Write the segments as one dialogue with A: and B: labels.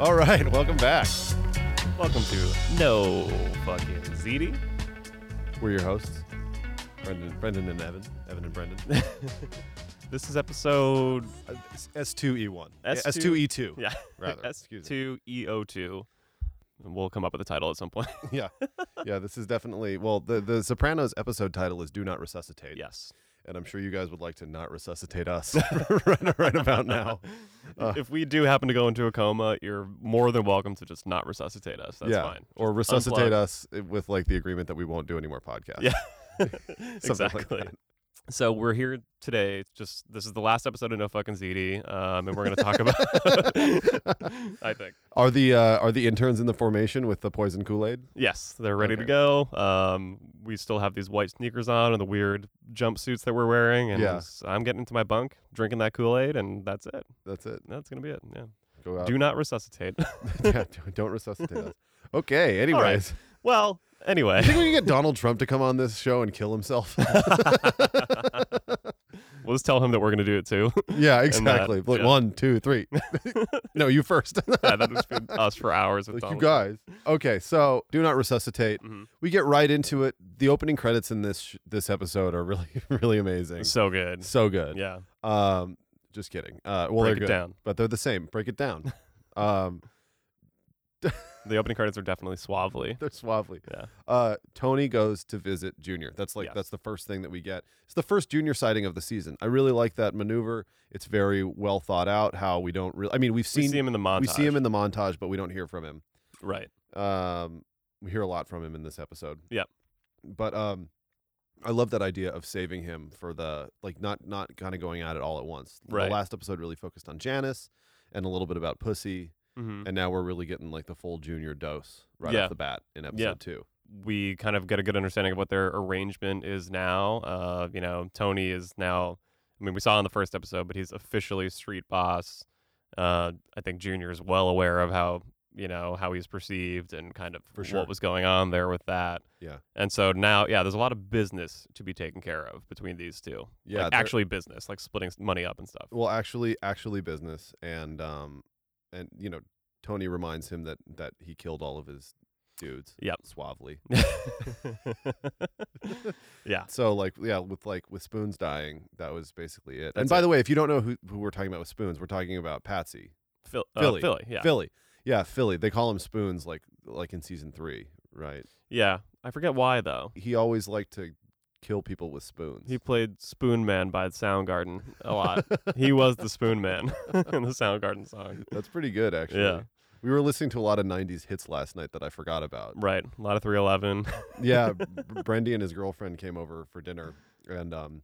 A: All right, welcome back. Welcome to
B: No fucking ZD.
A: we're your hosts, Brendan, Brendan and Evan, Evan and Brendan.
B: This is episode
A: S two E one,
B: S2
A: S two E two.
B: yeah
A: rather,
B: S
A: excuse
B: two E O two. We'll come up with a title at some point.
A: Yeah, yeah. This is definitely well. The the Sopranos episode title is "Do Not Resuscitate."
B: yes.
A: and I'm sure you guys would like to not resuscitate us right, right about now. Uh,
B: if we do happen to go into a coma, you're more than welcome to just not resuscitate us. That's
A: yeah,
B: fine.
A: or resuscitate
B: unplug.
A: us with like the agreement that we won't do any more podcasts.
B: Yeah.
A: like
B: exactly. so we're here today. Just this is the last episode of No Fucking ZD, um, and we're going to talk about. I think
A: Are the uh, are the interns in the formation with the poison Kool Aid?
B: yes, they're ready to
A: Okay.
B: go. Um, we still have these white sneakers on and the weird jumpsuits that we're wearing, and
A: Yeah.
B: s- I'm getting into my bunk, drinking that Kool Aid, and that's it.
A: That's it.
B: That's gonna be it. Yeah.
A: Go out.
B: Do not resuscitate.
A: yeah, don't- don't resuscitate us. Okay.
B: right.
A: Anyways,
B: well,
A: I
B: anyway,
A: think we can get Donald Trump to come on this show and kill himself.
B: we'll just tell him that we're gonna do it too.
A: yeah, exactly. Like,
B: yeah.
A: One, two, three. no, you first.
B: yeah, that'll just be us for hours with
A: Like, you
B: Donald.
A: guys. Okay, so do not resuscitate.
B: Mhm.
A: We get right into it. The opening credits in this sh- this episode are really really amazing.
B: So good.
A: So good.
B: Yeah.
A: Um, just kidding. Uh, well,
B: Break
A: they're
B: it
A: good,
B: down.
A: but they're the same. Break it down. um,
B: The opening credits are definitely suavely.
A: they're suavely.
B: Yeah.
A: Uh, Tony goes to visit Junior. That's like
B: Yes.
A: that's the first thing that we get. It's the first Junior sighting of the season. I really like that maneuver. It's very well thought out. How we don't really. I mean, we've seen
B: we see him in the montage.
A: we see him in the montage, but we don't hear from him.
B: right.
A: Um, we hear a lot from him in this episode.
B: Yep.
A: But um, I love that idea of saving him for the like not not kind of going at it all at once.
B: Right.
A: The last episode really focused on Janice and a little bit about Pussy,
B: hmm
A: and now we're really getting like the full Junior dose right
B: Yeah.
A: off the bat in episode
B: Yeah.
A: two.
B: We kind of get a good understanding of what their arrangement is now. Uh, you know, Tony is now. I mean, we saw in the first episode, but he's officially street boss. Uh, I think Junior is well aware of how you know how he's perceived and kind of
A: For sure.
B: what was going on there with that.
A: Yeah.
B: And so now, yeah, there's a lot of business to be taken care of between these two.
A: Yeah,
B: Like
A: they're-
B: actually business, like splitting s- money up and stuff.
A: Well, actually, actually business, and um, and you know, Tony reminds him that that he killed all of his dudes.
B: Yep.
A: Suavely.
B: yeah.
A: So like yeah, with like with spoons dying, that was basically it. and
B: That's
A: by
B: it.
A: the way, if you don't know who, who we're talking about with spoons, we're talking about Patsy
B: Phil- uh,
A: Philly.
B: Philly. Yeah.
A: Philly. Yeah, Philly. They call him spoons like like in season three, right?
B: Yeah. I forget why though.
A: He always liked to kill people with spoons.
B: He played Spoon Man by Soundgarden a lot. he was the Spoon Man in the Soundgarden song.
A: That's pretty good actually.
B: Yeah.
A: We were listening to a lot of '90s hits last night that I forgot about.
B: Right. A lot of 311.
A: Yeah, B- Brendy and his girlfriend came over for dinner, and um,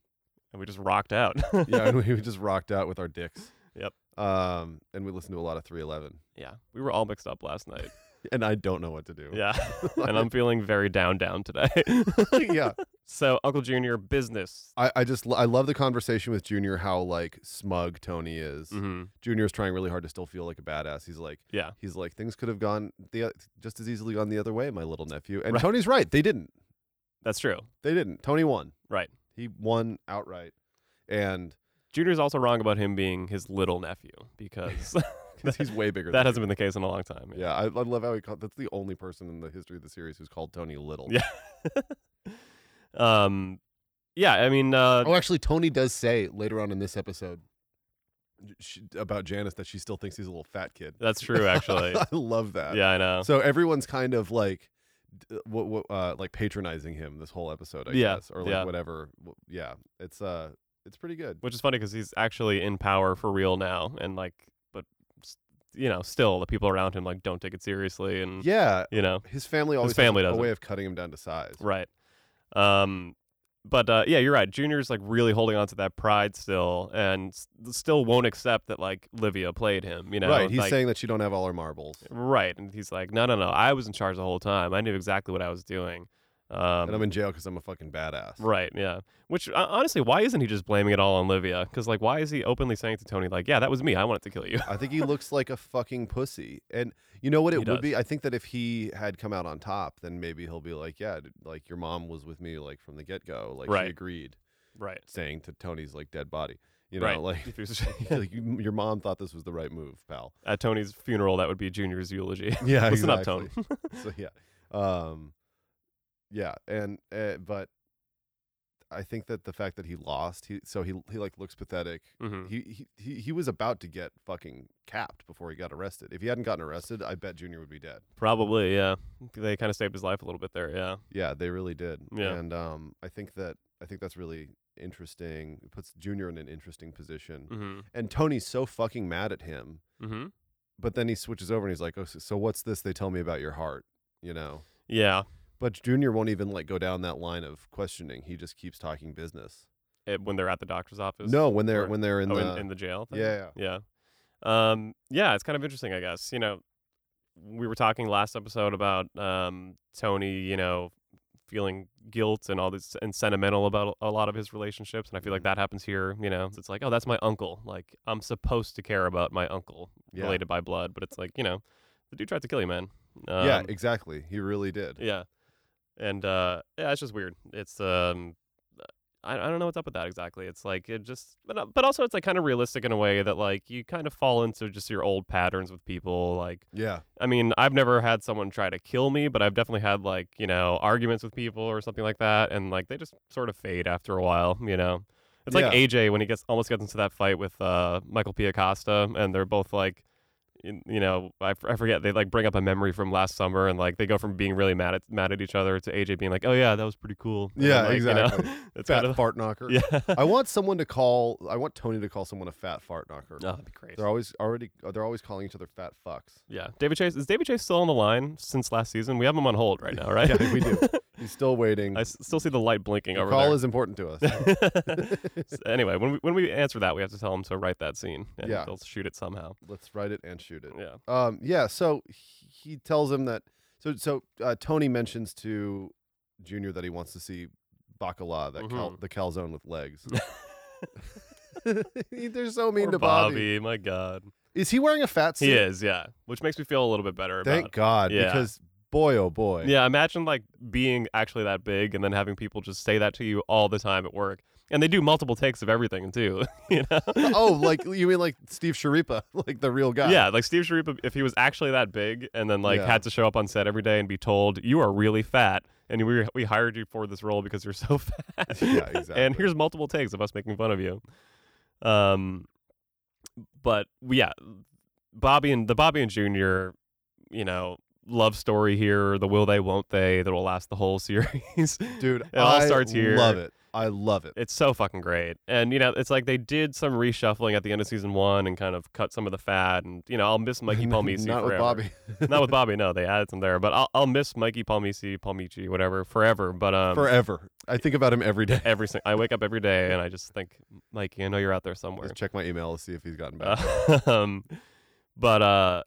B: And we just rocked out.
A: yeah, and we just rocked out with our dicks.
B: Yep.
A: Um, and we listened to a lot of 311,
B: yeah. We were all mixed up last night.
A: and I don't know what to do.
B: Yeah. and I'm feeling very down down today.
A: yeah.
B: so Uncle Junior business.
A: I, I just lo- I love the conversation with Junior how like smug Tony is.
B: hmm
A: Junior's trying really hard to still feel like a badass. He's like
B: Yeah.
A: he's like things could have gone the o- just as easily gone the other way, my little nephew. And
B: Right.
A: Tony's right. They didn't.
B: That's true.
A: They didn't. Tony won.
B: Right.
A: He won outright. And
B: Junior's also wrong about him being his little nephew because
A: 'cause he's way bigger.
B: that
A: than
B: hasn't been the case in a long time.
A: Junior. Yeah, I, I love how he called. That's the only person in the history of the series who's called Tony Little.
B: Yeah. Um, yeah. I mean, uh,
A: Oh, actually, Tony does say later on in this episode sh about Janice that she still thinks he's a little fat kid.
B: that's true. Actually.
A: I love that.
B: yeah, I know.
A: So everyone's kind of like, d- what, what, uh, like patronizing him this whole episode, I
B: Yeah,
A: guess, or like
B: yeah.
A: whatever. W- Yeah, it's uh, it's pretty good.
B: Which is funny because he's actually in power for real now, and like, but s- you know, still the people around him like don't take it seriously, and
A: Yeah,
B: you know,
A: his family always
B: Mm. family
A: has a- a
B: doesn't.
A: way of cutting him down to size.
B: right. Um, but uh, yeah, you're right. Junior's like really holding on to that pride still, and s- still won't accept that like Livia played him. You know,
A: right. He's
B: like-
A: saying that you don't have all our marbles,
B: right, and he's like, no, no, no, I was in charge the whole time. I knew exactly what I was doing. Um,
A: and I'm in jail because I'm a fucking badass.
B: Right, yeah. Which uh, honestly, why isn't he just blaming it all on Livia? Because like, why is he openly saying to Tony, like, "Yeah, that was me. I wanted to kill you."
A: I think he looks like a fucking pussy. And you know what it
B: He
A: would
B: does.
A: be? I think that if he had come out on top, then maybe he'll be like, yeah, d- like your mom was with me like from the get go. Like she
B: Right.
A: agreed,
B: right.
A: saying to Tony's like dead body. You know,
B: Right.
A: like,
B: If he was-
A: like you, your mom thought this was the right move, pal.
B: At Tony's funeral, that would be Junior's eulogy.
A: Yeah,
B: Listen up,
A: Ah, exactly.
B: Tony.
A: so yeah, um, yeah, and uh, but I think that the fact that he lost, he so he he like looks pathetic.
B: Mhm.
A: He, he he he was about to get fucking capped before he got arrested. If he hadn't gotten arrested, I bet Junior would be dead.
B: Probably, yeah. They kind of saved his life a little bit there, yeah.
A: Yeah, they really did.
B: Yeah.
A: and um, I think that I think that's really interesting. It puts Junior in an interesting position,
B: Mm-hmm.
A: and Tony's so fucking mad at him.
B: Mm-hmm.
A: But then he switches over and he's like, "Oh, so, so what's this? They tell me about your heart." You know,
B: Yeah.
A: But Junior won't even like go down that line of questioning. He just keeps talking business.
B: It, eh, when they're at the doctor's office.
A: no, when they're
B: or-
A: when they're in
B: oh,
A: the
B: in, in the jail. Thing?
A: yeah,
B: Yeah. Um, yeah, it's kind of interesting, I guess. You know, we were talking last episode about um, Tony, you know, feeling guilt and all this and sentimental about a lot of his relationships. And I feel like
A: Mhm.
B: that happens here. You know, it's like, oh, that's my uncle. Like, I'm supposed to care about my uncle
A: Yeah.
B: related by blood. But it's like, you know, the dude tried to kill you, man. Um,
A: yeah, exactly. He really did.
B: Yeah. And uh yeah, it's just weird. It's um I, I don't know what's up with that exactly. It's like it just but uh, but also it's like kind of realistic in a way that like you kind of fall into just your old patterns with people like
A: Yeah,
B: I mean, I've never had someone try to kill me, but I've definitely had like, you know, arguments with people or something like that and like they just sort of fade after a while, you know. It's like
A: Yeah.
B: AJ when he gets almost gets into that fight with uh Michael P. Acosta and they're both like in- you know, I, f- I forget. They like bring up a memory from last summer, and like they go from being really mad at mad at each other to AJ being like, "Oh yeah, that was pretty cool." And then,
A: Yeah,
B: like, you know,
A: exactly.
B: it's
A: fat
B: kind of
A: fart knocker.
B: yeah.
A: I want someone to call. I want Tony to call someone a fat fart knocker.
B: Oh, that'd be crazy.
A: They're always already. They're always calling each other fat fucks.
B: Yeah, David Chase is David Chase still on the line since last season? We have him on hold right now, right?
A: Yeah, we do. He's still waiting.
B: I s- still see the light blinking
A: Your
B: over
A: call
B: there.
A: is important to us.
B: So anyway, when we when we answer that, we have to tell him to write that scene, and
A: Yeah.
B: they'll shoot it somehow.
A: Let's write it and shoot it.
B: Yeah.
A: Um, yeah. So he he tells him that. So so uh, Tony mentions to Junior that he wants to see Bacala, that cal-
B: Mhm.
A: the calzone with legs. They're so mean
B: Poor
A: to Bobby.
B: Bobby, my God,
A: Is he wearing a fat suit?
B: he is. Yeah, which makes me feel a little bit better.
A: Thank
B: about
A: God,
B: Yeah.
A: because boy, oh boy.
B: Yeah, imagine like being actually that big and then having people just say that to you all the time at work. And they do multiple takes of everything too, you know?
A: oh, like you mean like Steve Sharipa, like the real guy?
B: Yeah, like Steve Sharipa, if he was actually that big and then like
A: Yeah.
B: had to show up on set every day and be told you are really fat, and we we hired you for this role because you're so fat.
A: Yeah,
B: and
A: exactly.
B: here's multiple takes of us making fun of you. Um, but yeah, Bobby and the Bobby and Junior, you know, love story here. The will they, won't they? That will last the whole series.
A: dude.
B: It all
A: I
B: starts here.
A: Love it. I love it.
B: it's so fucking great. And you know, it's like they did some reshuffling at the end of season one and kind of cut some of the fat. And you know, I'll miss Mikey Palmisi.
A: Not with
B: forever.
A: Bobby.
B: Not with Bobby. No, they added some there. But I'll, I'll miss Mikey Palmisi, Palmici, whatever, forever. But um,
A: Forever. I think about him every day.
B: every sing- I wake up every day and I just think, Mikey, I know you're out there somewhere.
A: Let's check my email to see if he's gotten back.
B: Uh, um, but uh,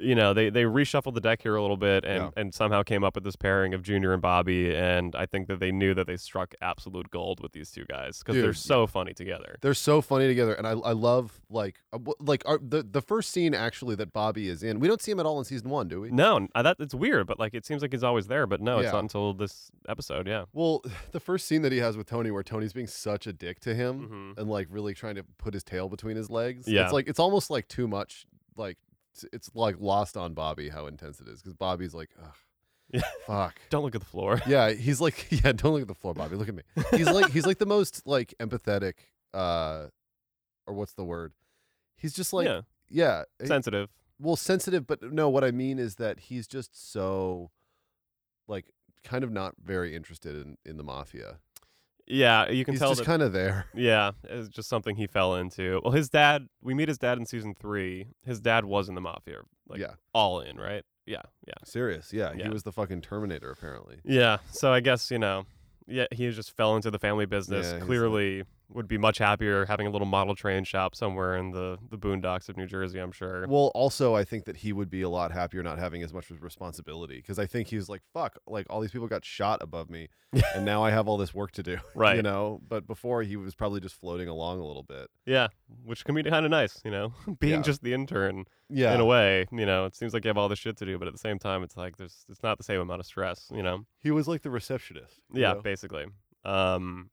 B: you know, they they reshuffled the deck here a little bit and
A: Yeah.
B: and somehow came up with this pairing of Junior and Bobby. And I think that they knew that they struck absolute gold with these two guys because they're
A: Dude.
B: so funny together.
A: They're so funny together, and I I love like uh, wh- like our, the the first scene actually that Bobby is in. We don't see him at all in season one, do we?
B: No, n- I- that it's weird, but like it seems like he's always there, but no,
A: Yeah.
B: it's not until this episode. Yeah.
A: Well, the first scene that he has with Tony, where Tony's being such a dick to him
B: Mm-hmm.
A: and like really trying to put his tail between his legs.
B: Yeah.
A: it's like it's almost like too much. Like it's- it's like lost on Bobby how intense it is because Bobby's like, Ugh,
B: Yeah.
A: fuck.
B: Don't look at the floor.
A: Yeah, he's like, yeah, don't look at the floor, Bobby. Look at me. He's like, he's like the most like empathetic, uh, or what's the word? He's just like,
B: yeah,
A: yeah, he-
B: sensitive.
A: well sensitive but no what i mean is that he's just so like kind of not very interested in in the mafia
B: Yeah, you can
A: he's
B: tell
A: just
B: that.
A: kind of there
B: yeah, it's just something he fell into. Well, his dad. We meet his dad in season three. His dad was in the mafia, like
A: yeah
B: all in, right? Yeah, yeah,
A: serious yeah,
B: yeah.
A: he was the fucking terminator apparently
B: yeah. So I guess you know, yeah, he just fell into the family business.
A: Yeah, he's like-
B: Clearly, would be much happier having a little model train shop somewhere in the the boondocks of New Jersey. I'm sure.
A: well also i think that he would be a lot happier not having as much responsibility because i think he was like fuck like all these people got shot above me and now i have all this work to do
B: right.
A: you know but before he was probably just floating along a little bit
B: Yeah, which can be kind of nice, you know, being
A: Yeah.
B: just the intern
A: yeah
B: in a way. You know, it seems like you have all this shit to do, but at the same time, it's like there's it's not the same amount of stress. You know.
A: he was like the receptionist you
B: Yeah,
A: know?
B: basically. Um,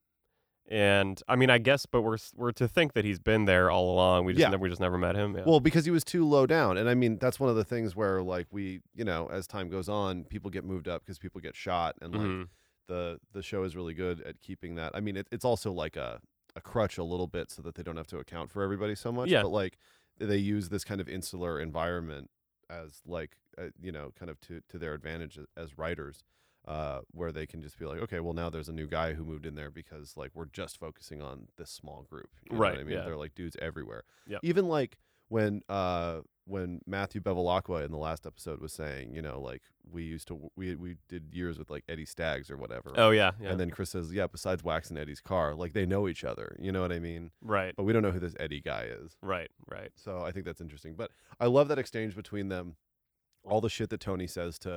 B: And I mean, I guess, but we're s- we're to think that he's been there all along. We just
A: Yeah.
B: never we just never met him. Yeah.
A: Well, because he was too low down. And I mean, that's one of the things where like we, you know, as time goes on, people get moved up because people get shot and like
B: Mhm.
A: the the show is really good at keeping that. I mean, it, it's also like a a crutch a little bit so that they don't have to account for everybody so much.
B: Yeah.
A: But like they use this kind of insular environment as like uh, you know kind of to to their advantage a- as writers. Uh, where they can just be like, okay, well now there's a new guy who moved in there because like we're just focusing on this small group. You know what
B: Right,
A: I mean,
B: yeah.
A: they're like dudes everywhere.
B: Yep.
A: Even like when uh when Matthew Bevilacqua in the last episode was saying, you know, like we used to we we did years with like Eddie Staggs or whatever.
B: oh yeah, yeah.
A: And then Chris says, yeah, besides waxing Eddie's car, like they know each other. You know what I mean?
B: right,
A: But we don't know who this Eddie guy is.
B: right, right.
A: So I think that's interesting. But I love that exchange between them. All the shit that Tony says to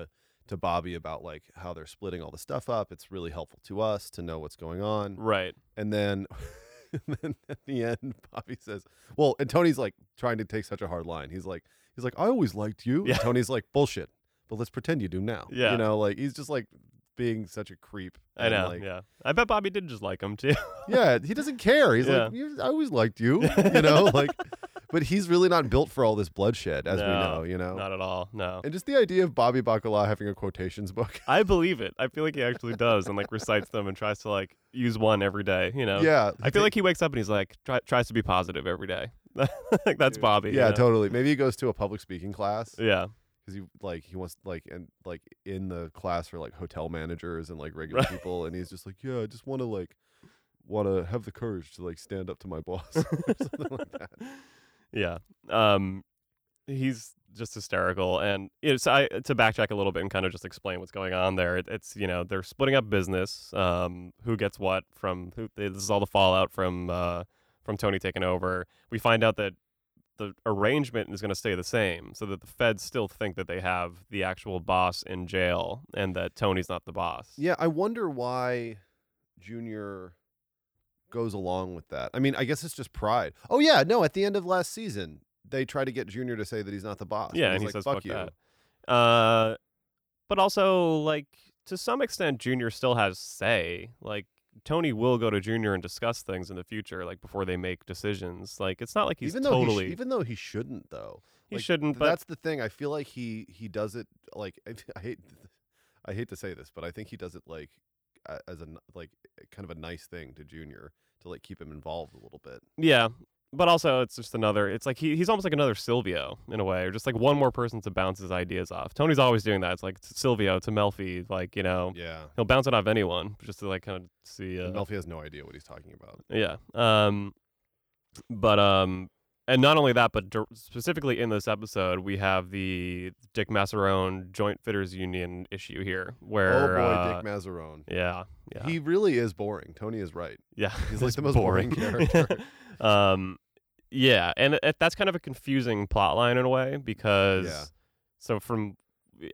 A: to Bobby about like how they're splitting all the stuff up. It's really helpful to us to know what's going on.
B: Right.
A: And then, and then at the end, Bobby says, "Well," and Tony's like trying to take such a hard line. He's like, he's like, "I always liked you."
B: Yeah.
A: And Tony's like, "Bullshit," but let's pretend you do now.
B: Yeah.
A: you know, like he's just like being such a creep.
B: I
A: and,
B: know.
A: like,
B: yeah. I bet Bobby did just like him too.
A: yeah, he doesn't care. He's
B: Yeah.
A: like, "You- I always liked you. You know, like, but he's really not built for all this bloodshed, as we
B: No,
A: know. You know,
B: Not at all. No.
A: Oh. and just the idea of Bobby Bacala having a quotations book.
B: I believe it. I feel like he actually does and like recites them and tries to like use one every day, you know?
A: Yeah,
B: I feel like he wakes up and he's like try, tries to be positive every day. like that's Bobby. you
A: Yeah,
B: know?
A: totally. Maybe he goes to a public speaking class.
B: Yeah.
A: because he like he wants like and like in the class for like hotel managers and like regular
B: Right.
A: people, and he's just like, yeah, I just want to like want to have the courage to like stand up to my boss or something like that.
B: Yeah. Um he's just hysterical and it's I to backtrack a little bit and kind of just explain what's going on there. It, it's you know, they're splitting up business, um who gets what from who this is all the fallout from uh from Tony taking over. We find out that the arrangement is going to stay the same so that the feds still think that they have the actual boss in jail and that Tony's not the boss.
A: Yeah, I wonder why Junior goes along with that. I mean, I guess it's just pride. Oh yeah, no. At the end of last season, they try to get Junior to say that he's not the boss.
B: Yeah, and
A: he's
B: he
A: like,
B: says
A: "Fuck,
B: fuck,
A: you."
B: that. Uh, but also like to some extent, Junior still has say. Like Tony will go to Junior and discuss things in the future, like before they make decisions. Like it's not like he's
A: even though he sh-
B: totally he,
A: even though he shouldn't though. like,
B: shouldn't.
A: Th-
B: But
A: that's the thing. I feel like he he does it like I, I hate I hate to say this, but I think he does it like a- as a n- like eh, kind of a nice thing to Junior to like keep him involved a little bit.
B: yeah. But also, it's just another. It's like he, he's almost like another Silvio in a way, or just like one more person to bounce his ideas off. Tony's always doing that. It's like to Silvio to Melfi, like you know,
A: Yeah.
B: he'll bounce it off anyone just to like kind of see. Uh,
A: And Melfi has no idea what he's talking about.
B: Yeah. Um, but um, and not only that, but dir- specifically in this episode, we have the Dick Masserone Joint Fitters Union issue here,
A: Oh
B: where
A: boy,
B: uh,
A: Dick Mazaron.
B: yeah, yeah,
A: He really is boring. Tony is right.
B: yeah,
A: he's like
B: it's
A: the most boring character.
B: um, yeah, and it, it- that's kind of a confusing plot line in a way because
A: Yeah.
B: so from.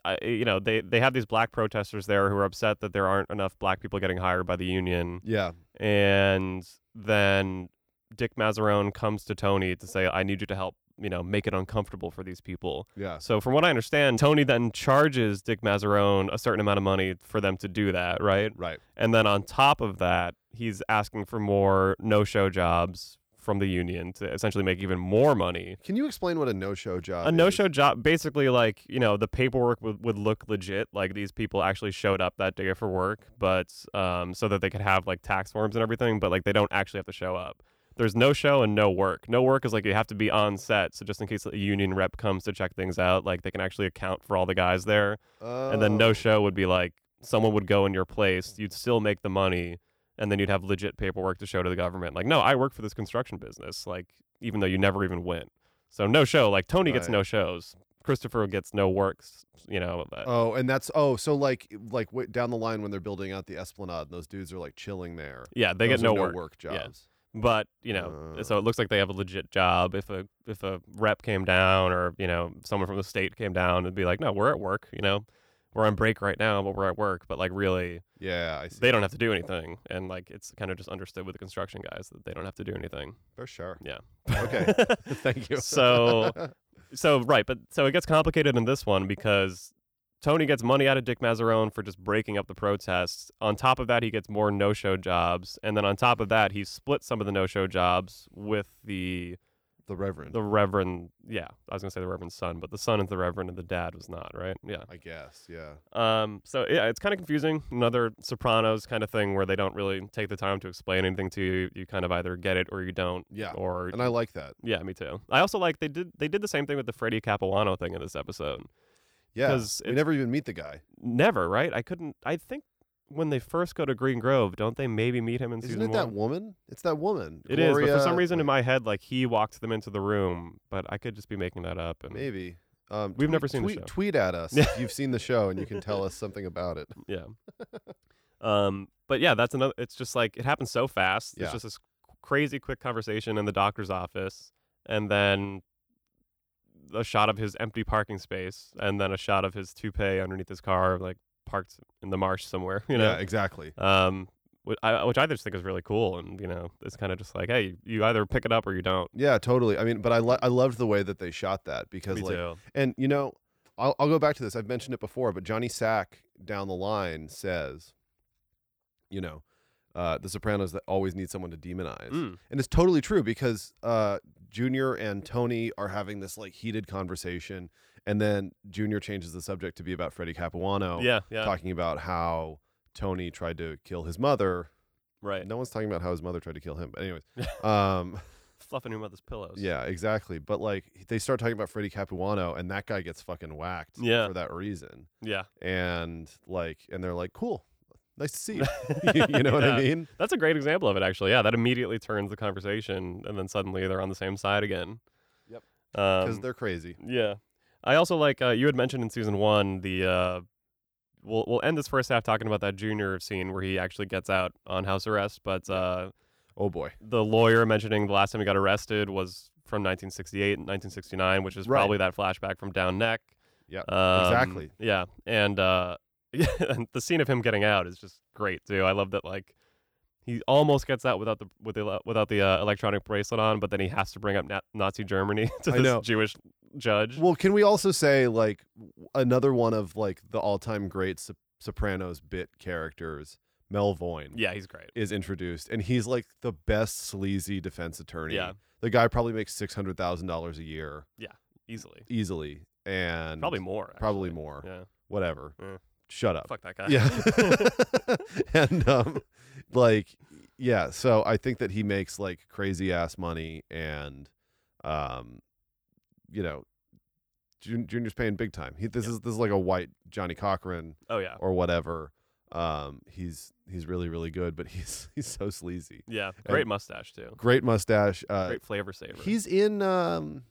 B: I, you know they, they have these black protesters there who are upset that there aren't enough black people getting hired by the union
A: Yeah.
B: and then Dick Mazzarone comes to Tony to say, "I need you to help." You know, make it uncomfortable for these people.
A: Yeah.
B: So, from what I understand, Tony then charges Dick Mazzarone a certain amount of money for them to do that, right?
A: Right.
B: And then on top of that, he's asking for more no-show jobs from the union to essentially make even more money.
A: Can you explain what a no-show job?
B: a
A: is?
B: no-show job, basically, like you know, the paperwork would, would look legit, like these people actually showed up that day for work, but um, so that they could have like tax forms and everything, but like they don't actually have to show up. There's no show and no work. No work is like you have to be on set, so just in case a union rep comes to check things out, like they can actually account for all the guys there. And then
A: Oh.
B: no show would be like someone would go in your place, you'd still make the money, and then you'd have legit paperwork to show to the government. Like, no, I work for this construction business, like, even though you never even went. So no show, like Tony gets
A: Right.
B: no shows. Christopher gets no works, you know. But,
A: Oh, and that's oh, so like like w- down the line when they're building out the Esplanade, and those dudes are like chilling there.
B: yeah, they get
A: Those are
B: no,
A: no
B: work.
A: work
B: Yeah.
A: jobs.
B: But, you know,
A: Uh.
B: so it looks like they have a legit job. If a if a rep came down or, you know, someone from the state came down, it'd be like, No, we're at work, you know. We're on break right now, but we're at work. But like really
A: Yeah, I see.
B: they don't have to do anything and like it's kind of just understood with the construction guys that they don't have to do anything
A: For sure.
B: yeah
A: Okay. Thank you.
B: so so right but so it gets complicated in this one because Tony gets money out of Dick Mazzarone for just breaking up the protests. On top of that, he gets more no-show jobs, and then on top of that, he splits some of the no-show jobs with the
A: The Reverend,
B: the Reverend. Yeah, I was gonna say the Reverend's son, but the son is the Reverend and the dad was not, right? Yeah.
A: I guess. Yeah.
B: Um, so yeah, it's kind of confusing. Another Sopranos kind of thing where they don't really take the time to explain anything to you. You kind of either get it or you don't.
A: Yeah.
B: Or
A: And I like that.
B: yeah, me too. I also like they did they did the same thing with the Freddie Capuano thing in this episode
A: Yeah. We
B: it's-
A: never even meet the guy.
B: never right. I couldn't. I think when they first go to Green Grove, don't they maybe meet him in
A: Isn't
B: season
A: it that
B: one?
A: woman? It's that woman.
B: It is, but for some
A: Gloria-
B: reason in
A: wait,
B: my head, like he walked them into the room, but I could just be making that up. And
A: maybe. Um,
B: We've never seen the
A: tweet,
B: show.
A: Tweet at us
B: Yeah.
A: if you've seen the show and you can tell us something about it.
B: Yeah. um, but yeah, that's another. It's just like it happens so fast.
A: Yeah.
B: It's just this crazy quick conversation in the doctor's office, and then a shot of his empty parking space, and then a shot of his toupee underneath his car, like parked in the marsh somewhere. You
A: yeah, e
B: know.
A: exactly.
B: Um. Which I, which I just think is really cool, and you know, it's kind of just like, hey, you either pick it up or you don't.
A: Yeah, totally. I mean, but I lo- I loved the way that they shot that because
B: Me
A: like
B: too.
A: And you know, I'll, I'll go back to this. I've mentioned it before, but Johnny Sack down the line says, you know, uh, the Sopranos that always need someone to demonize,
B: Mm,
A: and it's totally true because uh, Junior and Tony are having this like heated conversation, and then Junior changes the subject to be about Freddie Capuano,
B: yeah, yeah,
A: talking about how Tony tried to kill his mother.
B: right.
A: No one's talking about how his mother tried to kill him, but anyways, um,
B: Fluffing your mother's pillows.
A: yeah, exactly. But like they start talking about Freddie Capuano, and that guy gets fucking whacked
B: Yeah.
A: for that reason.
B: yeah.
A: And like, and they're like, "Cool, nice to see you." you know what I
B: Yeah.
A: mean?
B: That's a great example of it, actually. Yeah, that immediately turns the conversation, and then suddenly they're on the same side again.
A: Yep. Because
B: Um,
A: they're crazy.
B: yeah. I also like uh, you had mentioned in season one the uh, we'll we'll end this first half talking about that junior scene where he actually gets out on house arrest, but uh,
A: Oh boy,
B: the lawyer mentioning the last time he got arrested was from 1968 and 1969, which is
A: Right.
B: probably that flashback from Down Neck.
A: Yep,
B: Um,
A: exactly.
B: Yeah, and uh, and the scene of him getting out is just great too. I love that like he almost gets out without the with the without the uh, electronic bracelet on, but then he has to bring up na- Nazi Germany to
A: I
B: this
A: know.
B: Jewish judge.
A: Well, can we also say like w- another one of like the all-time great Sop- Sopranos bit characters, Mel Voyne,
B: yeah, he's great.
A: is introduced, and he's like the best sleazy defense attorney.
B: Yeah.
A: The guy probably makes six hundred thousand dollars a year
B: Easily,
A: easily, and
B: probably more.
A: probably
B: actually.
A: more.
B: Yeah,
A: Whatever.
B: Yeah.
A: Shut up.
B: fuck that guy.
A: Yeah. and um like yeah, so I think that he makes like crazy ass money and um you know Jun- Junior's paying big time. He this
B: Yeah.
A: is this is like a white Johnny Cochran
B: oh yeah,
A: or whatever. Um he's he's really really good, but he's he's so sleazy.
B: yeah. Great mustache too.
A: Great mustache. Uh
B: Great flavor saver.
A: he's in um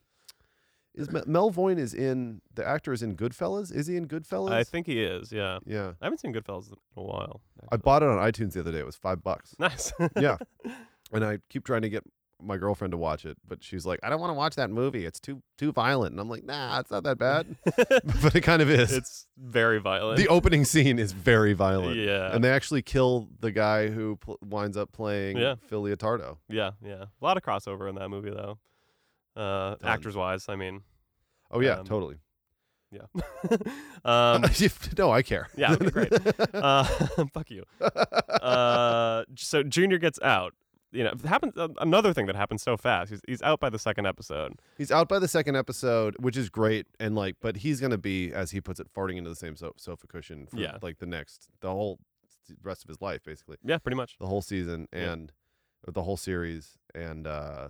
A: is Mel, Mel Voyne is in the actor is in Goodfellas? Is he in Goodfellas?
B: I think he is. Yeah,
A: yeah.
B: I haven't seen Goodfellas in a while.
A: I
B: actually.
A: bought it on iTunes the other day. It was five bucks.
B: nice.
A: Yeah. And I keep trying to get my girlfriend to watch it, but she's like, I don't want to watch that movie. It's too too violent. And I'm like, nah, it's not that bad. but it kind of is.
B: it's very violent.
A: the opening scene is very violent.
B: Yeah.
A: And they actually kill the guy who pl- winds up playing
B: Yeah.
A: Phil Leotardo.
B: Yeah, yeah. A lot of crossover in that movie though. Uh
A: Tons.
B: actors wise, I mean.
A: Oh, yeah,
B: Um,
A: totally.
B: Yeah. um
A: no, I care.
B: yeah, okay, great. Uh fuck you. Uh j- so Junior gets out. You know, it happens uh, another thing that happens so fast. He's he's out by the second episode.
A: He's out by the second episode, which is great. And like, but he's going to be, as he puts it, farting into the same so- sofa cushion for
B: Yeah.
A: like the next, the whole rest of his life, basically.
B: Yeah, pretty much.
A: the whole season
B: Yeah.
A: and or the whole series and uh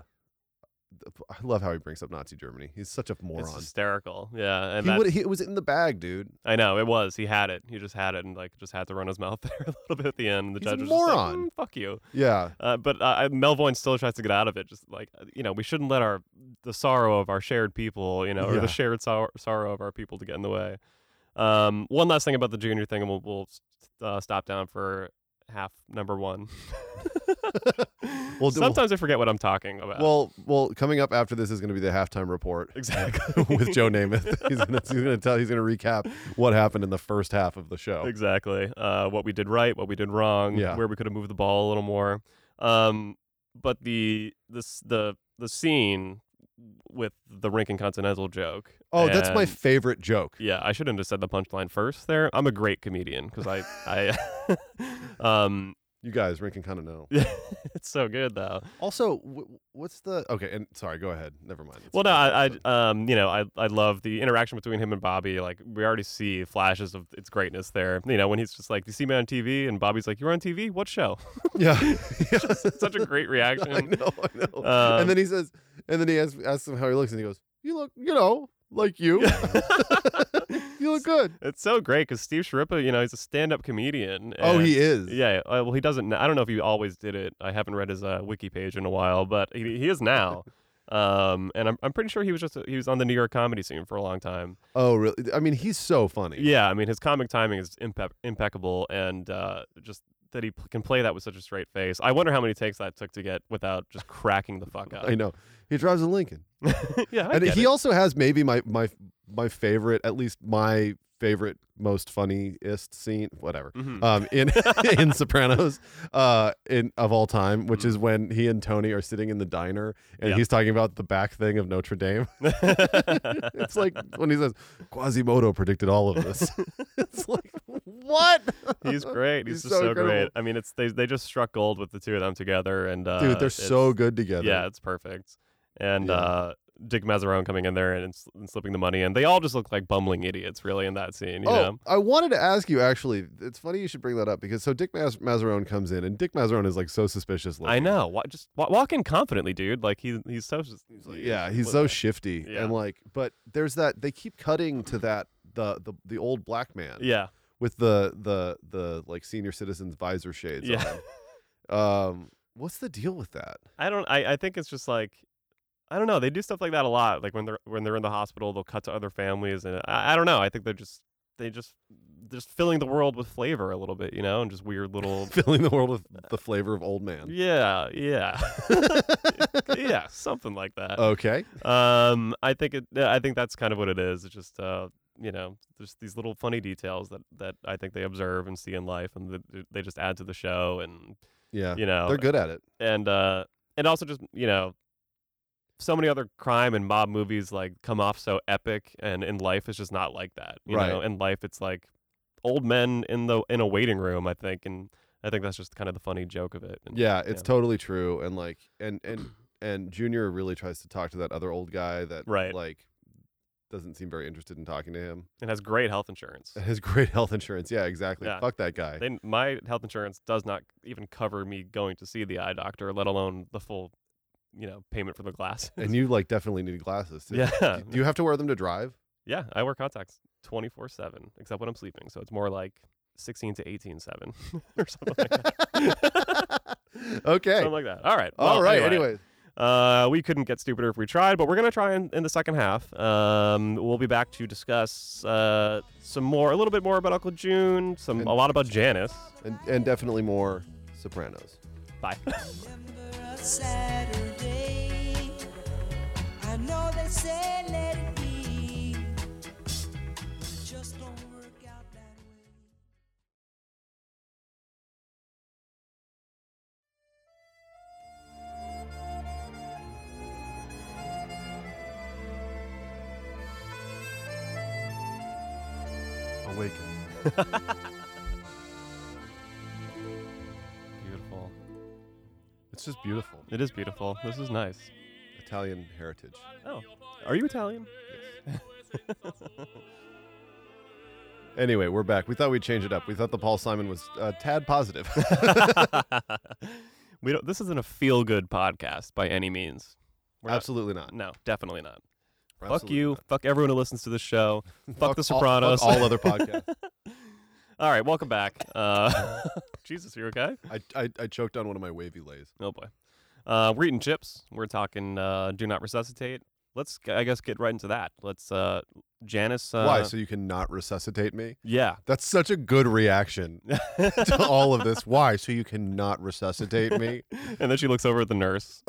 A: th- I love how he brings up Nazi Germany. He's such a
B: It's
A: moron.
B: hysterical. Yeah, and
A: He, would,
B: that's-
A: he it was in the bag, dude.
B: I know it was. He had it. He just had it, and like just had to run his mouth there a little bit at the end. And the
A: He's a
B: judge was just like,
A: moron.
B: "Mm, "Fuck you."
A: Yeah,
B: Uh, but uh, Melvoin still tries to get out of it. Just like uh, you know, we shouldn't let our the sorrow of our shared people, you know, or
A: Yeah.
B: the shared sor- sorrow of our people to get in the way. Um, one last thing about the junior thing, and we'll, we'll s- uh, stop down for half number one.
A: we'll-
B: Sometimes I forget what I'm talking about.
A: Well, well, coming up after this is going to be the halftime report
B: exactly
A: with Joe Namath. He's going to tell. He's going to recap what happened in the first half of the show.
B: Exactly. Uh, what we did right, what we did wrong,
A: Yeah.
B: where we could have moved the ball a little more. Um, but the this the the scene with the Rankin Continental joke
A: Oh, that's my
B: And-
A: favorite joke.
B: Yeah, I shouldn't have said the punchline first. There, I'm a great comedian because I, I, um,
A: You guys, Rinkin kind of know.
B: it's so good though.
A: Also, w- what's the okay? And sorry, go ahead. Never mind. It's
B: Well, no,
A: fine.
B: I,
A: It's fine.
B: I, um, you know, I, I love the interaction between him and Bobby. Like we already see flashes of its greatness there. You know, when he's just like, "You see me on TV," and Bobby's like, "You're on TV? What show?"
A: yeah,
B: It's such a great
A: I
B: reaction.
A: know, I know.
B: Um,
A: and then he says, and then he asks, asks him how he looks, and he goes, "You look, you know, like you. you look good."
B: It's so great because Steve Sharippa, you know, he's a stand-up comedian.
A: oh,
B: and-
A: he is.
B: Yeah, uh, well, he doesn't. I don't know if he always did it. I haven't read his uh, wiki page in a while, but he, he is now. Um, and I'm, I'm pretty sure he was just he was on the New York comedy scene for a long time.
A: Oh, really? I mean, he's so funny.
B: Yeah, I mean his comic timing is impec- impeccable, and uh, just that he p- can play that with such a straight face. I wonder how many takes that took to get without just cracking the fuck up.
A: I know. He drives a Lincoln,
B: yeah, I
A: and
B: get
A: he
B: it.
A: also has maybe my my my favorite, at least my favorite, most funniest scene, whatever.
B: Mhm.
A: um, in in Sopranos, uh, in of all time, which is when he and Tony are sitting in the diner and
B: Mm. Yeah.
A: he's talking about the back thing of Notre Dame.
B: Mm-hmm.
A: it's like when he says Quasimodo predicted all of this. it's like what?
B: He's great. He's,
A: He's
B: just
A: so
B: so, great.
A: incredible.
B: I mean, it's they they just struck gold with the two of them together, and uh,
A: Dude, they're
B: it's-
A: so good together.
B: Yeah, it's perfect. And
A: Yeah.
B: uh, Dick Mazaron coming in there and, s- and slipping the money in. They all just look like bumbling idiots, really, in that scene. You
A: oh,
B: know?
A: I wanted to ask you actually. It's funny you should bring that up because so Dick Mas- Mazzarone comes in and Dick Mazzarone is like so suspicious. Looking.
B: I know. Wa- just wa- walk in confidently, dude. Like he he's so s- like,
A: yeah, he's
B: what
A: so
B: the-
A: shifty
B: Yeah.
A: and like, but there's that they keep cutting to that the the, the old black man.
B: yeah
A: with the the the like senior citizens visor shades
B: yeah.
A: on. Um what's the deal with that?
B: I don't. I, I think it's just like I don't know. They do stuff like that a lot. Like when they're when they're in the hospital, they'll cut to other families, and I, I don't know. I think they're just they just just filling the world with flavor a little bit, you know, and just weird little.
A: Filling the world with the flavor of old man.
B: Yeah, yeah, yeah, something like that.
A: okay.
B: um i think it yeah, i think that's kind of what it is it's just uh you know there's these little funny details that that i think they observe and see in life and th- they just add to the show and
A: Yeah.
B: you know
A: They're good at it.
B: and uh and also just you know so many other crime and mob movies like come off so epic and in life it's just not like that you
A: Right.
B: know in life it's like old men in the in a waiting room i think and i think that's just kind of the funny joke of it and,
A: Yeah, it's
B: yeah.
A: totally true and like and and and Junior really tries to talk to that other old guy that
B: Right.
A: like doesn't seem very interested in talking to him.
B: it has great health insurance
A: And His great health insurance. Yeah, exactly.
B: Yeah.
A: Fuck that guy.
B: They, my health insurance does not even cover me going to see the eye doctor, let alone the full, you know, payment for the glasses.
A: and you like definitely need glasses too.
B: yeah,
A: Do do you have to wear them to drive?
B: yeah, I wear contacts twenty four seven, except when I'm sleeping. So it's more like sixteen to eighteen seven or something like that.
A: okay.
B: Something like that. All right.
A: All
B: well,
A: right. Anyway,
B: Uh, we couldn't get stupider if we tried, but we're gonna try in, in the second half. Um, we'll be back to discuss uh, some more, a little bit more about Uncle June, some a lot about Janice.
A: and, and definitely more Sopranos.
B: Bye.
C: remember a Saturday. I know they say let it be, but it just don't work out that way.
A: Awaken.
B: beautiful.
A: It's just beautiful.
B: It is beautiful. This is nice.
A: Italian heritage.
B: Oh, are you Italian?
A: Anyway, we're back. We thought we'd change it up. We thought the Paul Simon was uh, tad positive.
B: we don't. This isn't a feel-good podcast by any means. We're not-
A: Absolutely not.
B: no, definitely not. fuck
A: Absolutely
B: you.
A: not.
B: Fuck everyone who listens to this show. fuck, the
A: all-
B: Sopranos.
A: fuck all other podcasts.
B: all right, welcome back. Uh, Jesus, you okay?
A: I, I, I choked on one of my wavy lays.
B: Oh boy. Uh, we're eating chips. We're talking uh, do not resuscitate. Let's, g- I guess, get right into that. Let's, uh, Janice. Uh,
A: Why? So you cannot resuscitate me?
B: yeah.
A: That's such a good reaction to all of this. Why? So you cannot resuscitate me?
B: And then she looks over at the nurse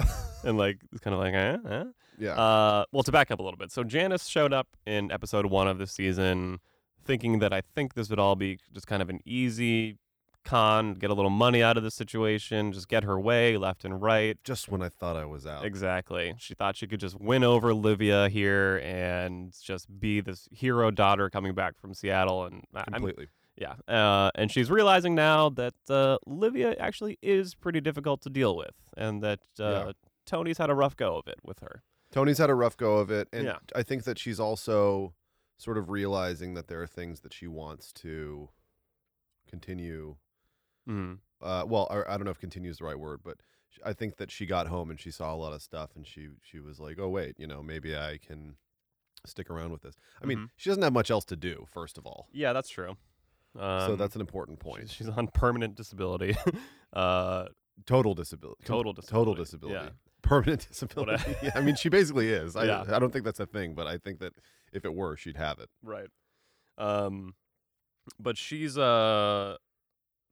B: and like, kind of like, eh, eh?
A: Yeah.
B: Uh, well, to back up a little bit, so Janice showed up in episode one of this season, thinking that I think this would all be just kind of an easy con, get a little money out of the situation, just get her way left and right.
A: Just when I thought I was out.
B: Exactly. She thought she could just win over Livia here and just be this hero daughter coming back from Seattle. And I- I'm
A: Completely.
B: yeah. Uh, and she's realizing now that uh, Livia actually is pretty difficult to deal with and that uh,
A: Yeah.
B: Tony's had a rough go of it with her.
A: Tony's had a rough go of it, and
B: Yeah.
A: I think that she's also sort of realizing that there are things that she wants to continue.
B: Mm.
A: Uh, well, I, I don't know if "continue" is the right word, but sh- I think that she got home and she saw a lot of stuff, and she she was like, "Oh wait, you know, maybe I can stick around with this." I mean,
B: Mhm.
A: she doesn't have much else to do, first of all,
B: Yeah, that's true. Um,
A: so that's an important point.
B: She's, she's on permanent disability. uh,
A: total disability.
B: Total
A: Total
B: disability,
A: disability.
B: yeah.
A: Permanent disability. yeah, I mean, she basically is. I,
B: Yeah.
A: I don't think that's a thing, but I think that if it were, she'd have it.
B: right. Um, but she's uh,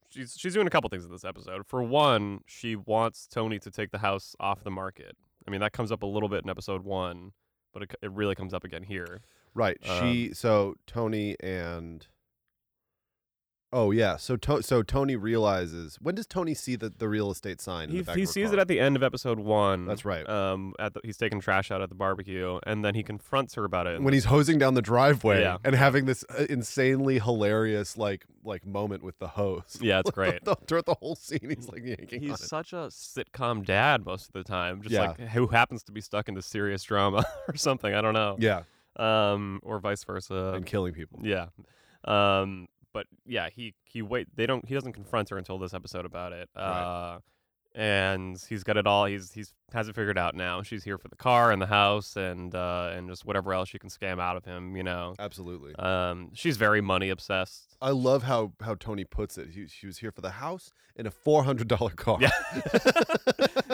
B: she's she's doing a couple things in this episode. For one, she wants Tony to take the house off the market. I mean, that comes up a little bit in episode one, but it, c- it really comes up again here.
A: Right.
B: Um,
A: she so Tony and Oh yeah. So to- so Tony realizes when does Tony see the, the real estate sign? in
B: He,
A: the back
B: he
A: of her
B: sees
A: car?
B: it at the end of episode one.
A: That's right.
B: Um, at the, he's taking trash out at the barbecue, and then he confronts her about it. and
A: when he's hosing down the driveway
B: Yeah.
A: and having this uh, insanely hilarious like like moment with the hose.
B: Yeah, it's great.
A: The- Throughout the whole scene, he's like yanking
B: He's
A: on it.
B: such a sitcom dad most of the time, just
A: Yeah.
B: like who happens to be stuck into serious drama or something. I don't know.
A: Yeah,
B: Um, or vice versa.
A: and killing people.
B: Yeah. Um, but yeah, he he wait. They don't. He doesn't confront her until this episode about it. Uh,
A: Right.
B: and he's got it all. He's he's has it figured out now. She's here for the car and the house and uh and just whatever else she can scam out of him. You know.
A: Absolutely.
B: Um, she's very money obsessed.
A: I love how how Tony puts it. He, she was here for the house and a four hundred dollar car.
B: Yeah.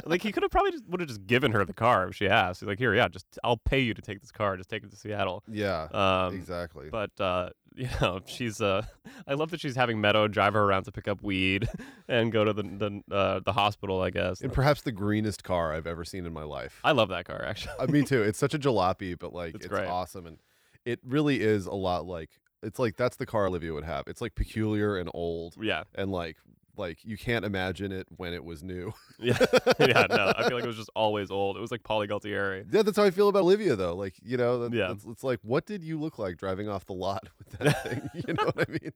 B: like he could have probably just would have just given her the car if she asked. He's like, here, yeah, just I'll pay you to take this car. Just take it to Seattle.
A: yeah.
B: Um,
A: exactly.
B: but uh, you know, she's uh, I love that she's having Meadow drive her around to pick up weed and go to the the uh, the hospital. I guess.
A: and perhaps the greenest car I've ever seen in my life.
B: I love that car actually.
A: uh, me too. It's such a jalopy, but like
B: It's
A: it's,
B: great.
A: awesome, and it really is a lot like it's like that's the car Olivia would have. It's like peculiar and old,
B: Yeah,
A: and like like you can't imagine it when it was new.
B: yeah, yeah. No, I feel like it was just always old. It was like Polly Gualtieri.
A: yeah, that's how I feel about Olivia though. Like you know, that,
B: Yeah.
A: that's- it's, like what did you look like driving off the lot with that thing? You know what I mean?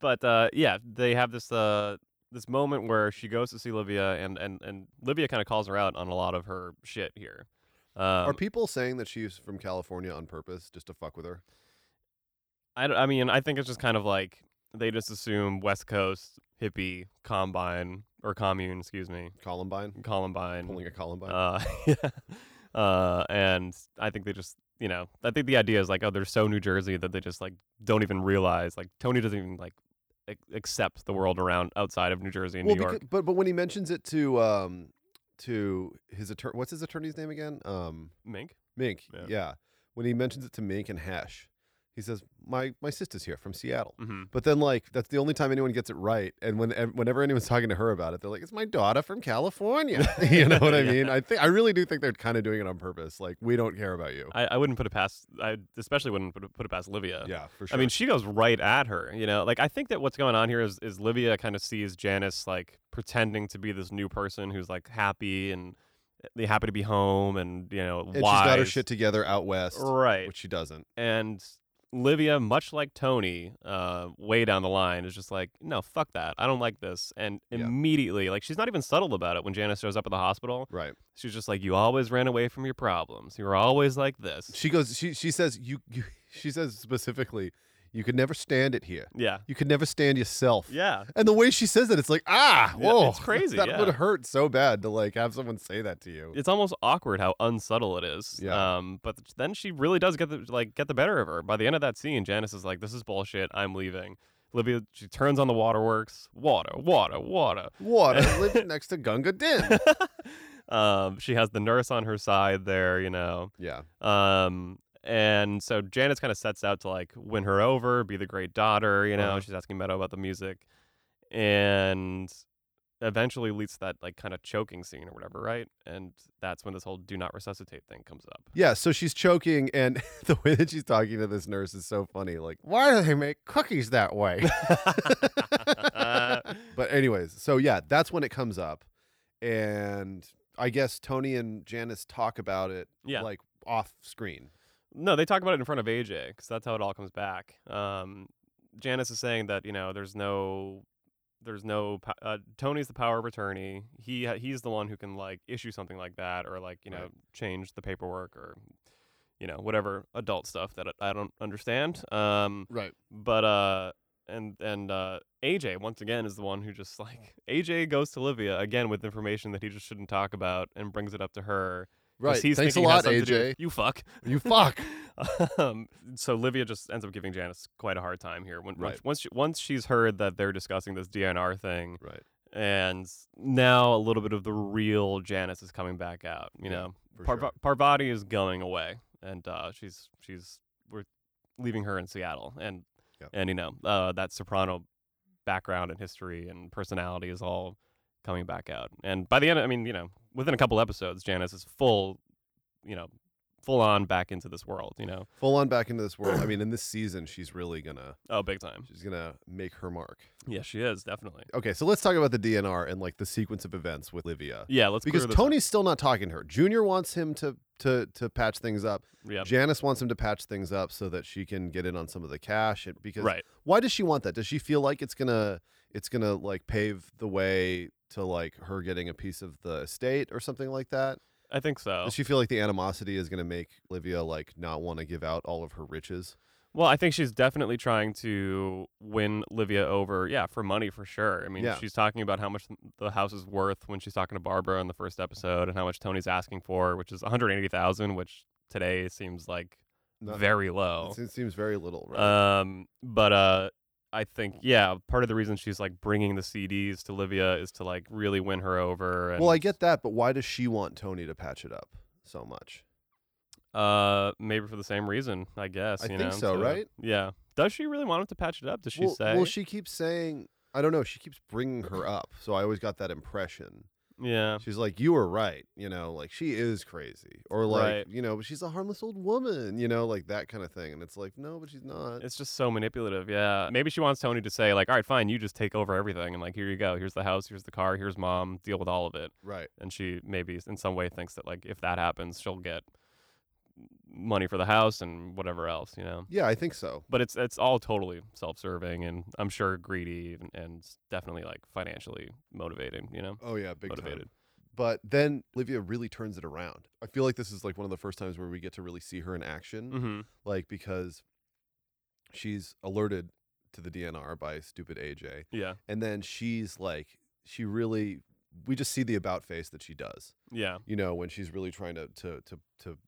B: But uh, yeah, they have this uh, this moment where she goes to see Livia, and and and Livia kind of calls her out on a lot of her shit here. Um,
A: Are people saying that she's from California on purpose just to fuck with her?
B: I, d- I mean, I think it's just kind of like they just assume West Coast hippie combine or commune, excuse me,
A: Columbine,
B: Columbine.
A: pulling a Columbine.
B: Uh, yeah. Uh, and I think they just, you know, I think the idea is like, oh, they're so New Jersey that they just like don't even realize, like, Tony doesn't even like ac- accept the world around outside of New Jersey and
A: well,
B: New York.
A: becau- but but when he mentions it to um to his attorney, what's his attorney's name again? Um.
B: Mink?
A: Mink,
B: Yeah.
A: yeah. When he mentions it to Mink and Hash, he says, "My my sister's here from Seattle."
B: Mm-hmm.
A: But then, like, that's the only time anyone gets it right. And when ev- whenever anyone's talking to her about it, they're like, "It's my daughter from California." you know what I
B: Yeah.
A: mean? I think I really do think they're kind of doing it on purpose. Like, we don't care about you.
B: I, I wouldn't put it past, I especially wouldn't put it, put it past Livia.
A: yeah, for sure.
B: I mean, she goes right at her. You know, like I think that what's going on here is is Livia kind of sees Janice like pretending to be this new person who's like happy and eh, they happy to be home and you know
A: and she's
B: wise.
A: got her shit together out west,
B: right.
A: which she doesn't.
B: and Livia, much like Tony, uh, way down the line is just like, no, fuck that. I don't like this. And
A: Yeah.
B: immediately, like she's not even subtle about it. When Janice shows up at the hospital,
A: Right.
B: she's just like, you always ran away from your problems. You were always like this.
A: She goes. She she says you, you she says specifically, you could never stand it here.
B: Yeah.
A: You could never stand yourself.
B: Yeah.
A: And the way she says it, it's like, ah,
B: Yeah,
A: whoa.
B: it's crazy,
A: that
B: yeah.
A: would hurt so bad to like have someone say that to you.
B: it's almost awkward how unsubtle it is.
A: Yeah.
B: Um, but th- then she really does get the like get the better of her. By the end of that scene, Janice is like, "This is bullshit. I'm leaving." Livia she turns on the waterworks. Water, water, water.
A: Water lives next to Gunga Din.
B: um, she has the nurse on her side there, you know.
A: Yeah.
B: Um, and so Janice kind of sets out to like win her over, be the great daughter, you know.
A: Uh-huh.
B: She's asking Meadow about the music, and eventually leads to that like kind of choking scene or whatever, right? And that's when this whole do not resuscitate thing comes up.
A: Yeah. So she's choking, and the way that she's talking to this nurse is so funny. Like, why do they make cookies that way?
B: Uh,
A: but anyways, so yeah, that's when it comes up, and I guess Tony and Janice talk about it
B: Yeah.
A: like off screen.
B: No, they talk about it in front of AJ because that's how it all comes back. Um, Janice is saying that you know there's no, there's no. po- Uh, Tony's the power of attorney. He ha- he's the one who can like issue something like that or like you know
A: Right.
B: change the paperwork or, you know whatever adult stuff that I I don't understand. Um,
A: Right.
B: but uh, and and uh, AJ once again is the one who just like AJ goes to Livia again with information that he just shouldn't talk about and brings it up to her. 'cause
A: Right.
B: He's
A: Thanks a
B: thinking it has
A: lot,
B: something to do-
A: AJ.
B: You fuck
A: You fuck.
B: um, so Livia just ends up giving Janice quite a hard time here. When, once-
A: Right.
B: Once she, once she's heard that they're discussing this DNR thing,
A: right.
B: and now a little bit of the real Janice is coming back out.
A: Yeah,
B: You know,
A: For
B: Par-
A: sure.
B: Parvati is going away, and uh, she's she's we're leaving her in Seattle, and
A: Yep.
B: and you know uh, that soprano background and history and personality is all coming back out. And by the end, I mean you know within a couple episodes, Janice is full, you know, full on back into this world. You know.
A: Full on back into this world. I mean, in this season, she's really gonna
B: Oh, big time.
A: she's gonna make her mark.
B: Yeah, she is definitely.
A: Okay, so let's talk about the DNR and like the sequence of events with Livia.
B: Yeah, let's
A: because
B: clear this up.
A: Tony's still not talking to her. Junior wants him to to to patch things up.
B: Yeah,
A: Janice wants him to patch things up so that she can get in on some of the cash. and- Because
B: right.
A: why does she want that? Does she feel like it's gonna it's gonna like pave the way to like her getting a piece of the estate or something like that?
B: I think so.
A: Does she feel like the animosity is gonna make Livia like not want to give out all of her riches?
B: Well, I think she's definitely trying to win Livia over. Yeah, for money for sure. I mean,
A: Yeah.
B: she's talking about how much the house is worth when she's talking to Barbara in the first episode, and how much Tony's asking for, which is one hundred eighty thousand, which today seems like
A: Not-
B: very
A: it
B: low.
A: se- seems very little, right?
B: Um, but uh, I think yeah, part of the reason she's like bringing the CDs to Livia is to like really win her over. And,
A: well, I get that, but why does she want Tony to patch it up so much?
B: Uh, maybe for the same reason, I guess.
A: I
B: you
A: think
B: know,
A: so,
B: to-
A: right?
B: Yeah. Does she really want him to patch it up? Does she
A: well,
B: say?
A: well, she keeps saying, I don't know, she keeps bringing her up, so I always got that impression.
B: yeah.
A: She's like, you were right, you know, like she is crazy, or like,
B: Right.
A: you know, but she's a harmless old woman, you know, like that kind of thing. And it's like, no, but she's not.
B: It's just so manipulative. Yeah. Maybe she wants Tony to say like, "All right, fine, you just take over everything, and like, here you go. Here's the house. Here's the car. Here's mom. Deal with all of it."
A: right,
B: And she maybe in some way thinks that like if that happens, she'll get money for the house and whatever else, you know.
A: yeah, I think so.
B: But it's it's all totally self-serving, and I'm sure greedy and, and definitely like financially motivating, you know,
A: Oh yeah, big
B: motivated.
A: time. But then Livia really turns it around. I feel like this is like one of the first times where we get to really see her in action,
B: Mm-hmm.
A: like because she's alerted to the DNR by stupid AJ,
B: Yeah.
A: and then she's like, she really, we just see the about face that she does.
B: Yeah.
A: you know, when she's really trying to to to to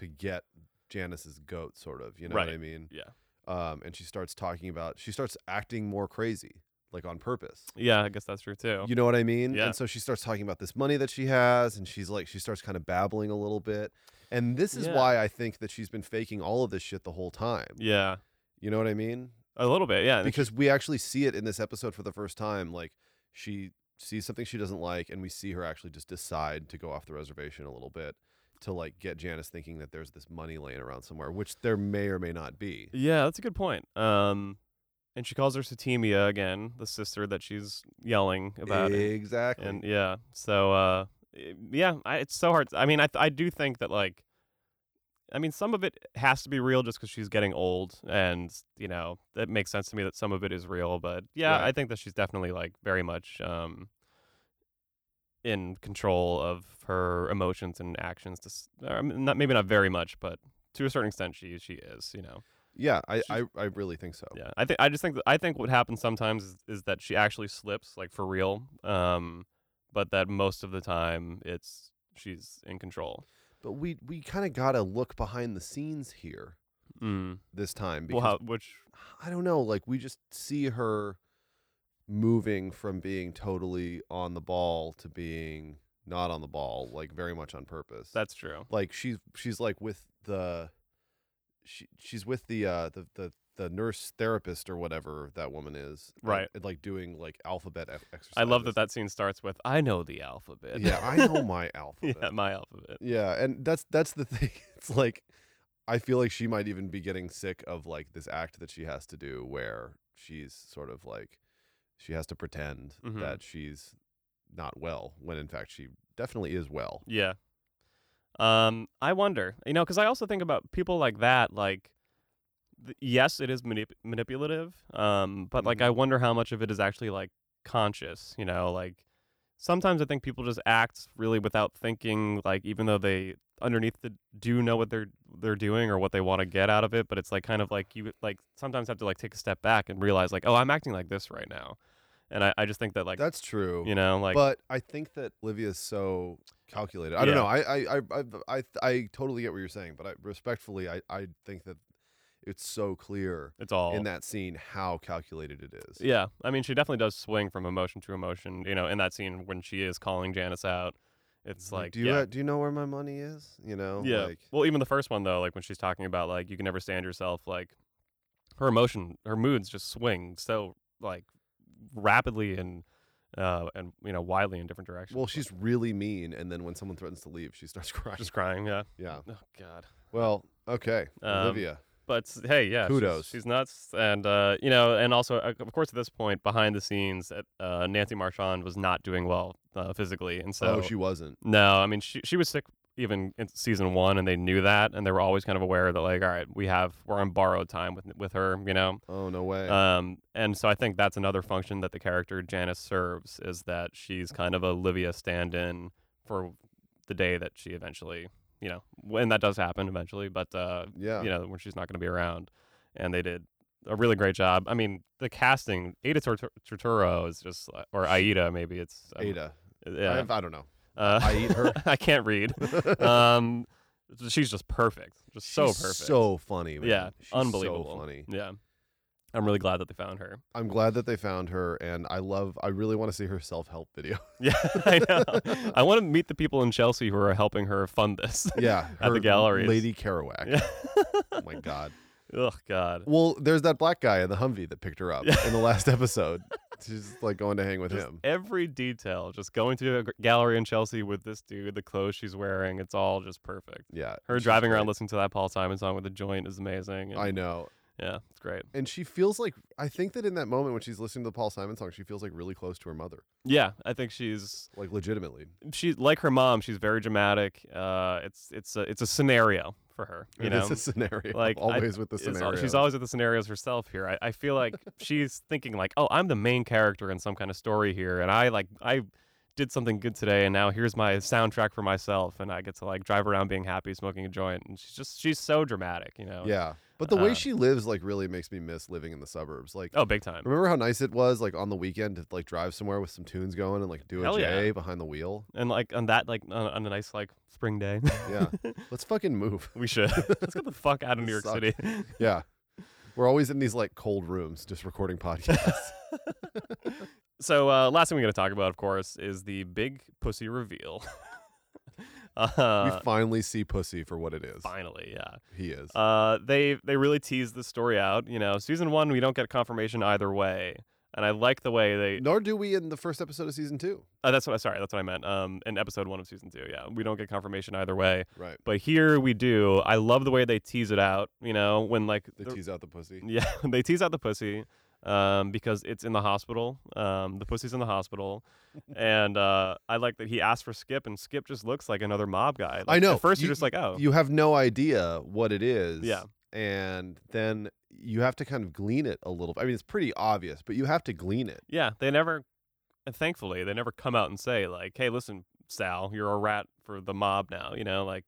A: to get Janice's goat, sort of. You know what I
B: Right.
A: mean?
B: Yeah.
A: Um, and she starts talking about she starts acting more crazy, like on purpose.
B: Yeah, I guess that's true too.
A: You know what I mean?
B: Yeah.
A: And so she starts talking about this money that she has, and she's like, she starts kind of babbling a little bit. And this is
B: Yeah.
A: why I think that she's been faking all of this shit the whole time.
B: Yeah,
A: You know what I mean?
B: a little bit. Yeah, and it's-
A: Because we actually see it in this episode for the first time. Like, she sees something she doesn't like, and we see her actually just decide to go off the reservation a little bit to like get Janice thinking that there's this money laying around somewhere, which there may or may not be.
B: yeah, that's a good point. Um, and she calls her Satimia again, the sister that she's yelling about. and-
A: exactly.
B: And yeah, so uh, i- yeah, I, it's so hard. I mean, I th- I do think that like, I mean, some of it has to be real just because she's getting old, and you know that makes sense to me that some of it is real. But yeah,
A: Right.
B: I think that she's definitely like very much um in control of her emotions and actions. To s- or, I mean, not maybe not very much, but to a certain extent, she she is. You know.
A: yeah, I,
B: she's-
A: I I really think so.
B: Yeah, I think I just think that, I think what happens sometimes is, is that she actually slips, like for real. Um, but that most of the time it's she's in control.
A: But we we kind of gotta look behind the scenes here
B: Mm.
A: this time
B: Well,
A: because
B: how, which
A: I don't know, like we just see her moving from being totally on the ball to being not on the ball, like very much on purpose.
B: that's true.
A: like she's she's like with the she she's with the uh the the the nurse therapist or whatever that woman is and-
B: Right.
A: and, like doing like alphabet ex- exercises
B: I love that that scene starts with "I know the alphabet."
A: yeah i know my alphabet
B: yeah,
A: yeah,
B: my alphabet.
A: and that's that's the thing it's like i feel like she might even be getting sick of like this act that she has to do where she's sort of like she has to pretend
B: Mhm.
A: that she's not well when in fact she definitely is well.
B: Yeah. Um, I wonder, you know, because I also think about people like that. Like, th- yes, it is manip- manipulative, um, but like,
A: Mhm.
B: I wonder how much of it is actually like conscious. You know, like sometimes I think people just act really without thinking. Like, even though they underneath the do know what they're they're doing or what they want to get out of it, but it's like kind of like you like sometimes have to like take a step back and realize like, oh, I'm acting like this right now, and I, I just think that like
A: That's true.
B: you know like
A: but I think that Livia's so calculated. I don't
B: Yeah.
A: know. I I, I I I I totally get what you're saying, but I, respectfully, I I think that it's so clear
B: it's all
A: in that scene how calculated it is.
B: Yeah, I mean, she definitely does swing from emotion to emotion. You know, in that scene when she is calling Janice out, it's like,
A: do you
B: yeah,
A: uh, do you know where my money is? You know,
B: yeah.
A: Like,
B: well, even the first one though, like when she's talking about like you can never stand yourself, like her emotion, her moods just swing so like rapidly and uh and you know widely in different directions.
A: well,
B: Like,
A: she's really mean, and then when someone threatens to leave, she starts crying.
B: just crying. Yeah.
A: yeah.
B: Oh God.
A: Well, okay,
B: Um,
A: Olivia.
B: But s- hey, yeah, she's-
A: Kudos.
B: She's, nuts, and uh, you know, and also uh, of course at this point behind the scenes, uh, Nancy Marchand was not doing well uh, physically, and so
A: oh, she wasn't.
B: No, I mean she she was sick even in season one, and they knew that, and they were always kind of aware that like, all right, we have we're on borrowed time with with her, you know.
A: Oh no way.
B: Um, and so I think that's another function that the character Janice serves is that she's kind of Olivia stand-in for the day that she eventually, you know, when that does happen eventually, but uh,
A: yeah.
B: you know, when she's not going to be around. And they did a really great job. I mean, the casting, Ada Tortu- Torturo is just, uh, or Aida, maybe it's I'm-
A: Ada. I,
B: Yeah,
A: have- I don't know.
B: uh,
A: I eat her.
B: I can't read. um, she's just perfect, just so
A: She's
B: perfect.
A: So funny. Man.
B: yeah,
A: She's so
B: unbelievable.
A: funny.
B: Yeah, I'm really glad that they found her.
A: I'm glad that they found her, and I love. I really want to see her self help video.
B: Yeah, I know. I want to meet the people in Chelsea who are helping her fund this.
A: yeah,
B: At the
A: her
B: galleries.
A: Lady Kerouac.
B: Yeah.
A: Oh my god.
B: oh God.
A: Well, there's that black guy in the Humvee that picked her up
B: Yeah.
A: in the last episode. She's like going to hang with
B: Just
A: him.
B: every detail, just going to a g- gallery in Chelsea with this dude, the clothes she's wearing, it's all just perfect.
A: Yeah,
B: Her
A: she's
B: driving around
A: great.
B: listening to that Paul Simon song with the joint is amazing. and-
A: I know,
B: yeah, it's great.
A: and she feels like I think that in that moment when she's listening to the Paul Simon song, she feels like really close to her mother,
B: Yeah, I think she's
A: like legitimately.
B: she's like her mom. She's very dramatic. Uh, it's it's a it's a scenario for her. You know,
A: it's a scenario, like
B: like, I-
A: always with the
B: It's
A: scenario.
B: al- she's always at the scenarios herself here. I, I feel like she's thinking like, oh, I'm the main character in some kind of story here, and I like I did something good today, and now here's my soundtrack for myself, and I get to like drive around being happy, smoking a joint, and she's just she's so dramatic, you know.
A: yeah, but the way
B: Uh,
A: she lives like really makes me miss living in the suburbs. Like,
B: Oh, big time.
A: remember how nice it was like on the weekend to like drive somewhere with some tunes going and like do a
B: Hell
A: J
B: yeah.
A: behind the wheel.
B: And like on that like on, on a nice like spring day,
A: Yeah, let's fucking move.
B: we should let's get the fuck out of New York
A: Suck.
B: City.
A: Yeah. We're always in these like cold rooms just recording podcasts.
B: so uh, last thing we're gonna talk about, of course, is the big pussy reveal. uh,
A: we finally see Pussy for what it is.
B: finally, yeah.
A: He is.
B: Uh, they they really tease the story out. You know, season one we don't get confirmation either way, and I like the way they.
A: Nor do we in the first episode of season two.
B: Uh, that's what I sorry. That's what I meant. Um, in episode one of season two, yeah, we don't get confirmation either way,
A: Right.
B: but here we do. I love the way they tease it out. You know, when like
A: They
B: the-
A: tease out the pussy.
B: yeah, they tease out the pussy um, because it's in the hospital. Um, the pussy's in the hospital, and uh, I like that he asked for Skip, and Skip just looks like another mob guy. Like,
A: know,
B: At first,
A: you-
B: you're just like, oh,
A: You have no idea what it is.
B: Yeah.
A: And then you have to kind of glean it a little. I mean, it's pretty obvious, but you have to glean it.
B: Yeah, they never. and Thankfully, they never come out and say like, "Hey, listen, Sal, you're a rat for the mob now." You know, like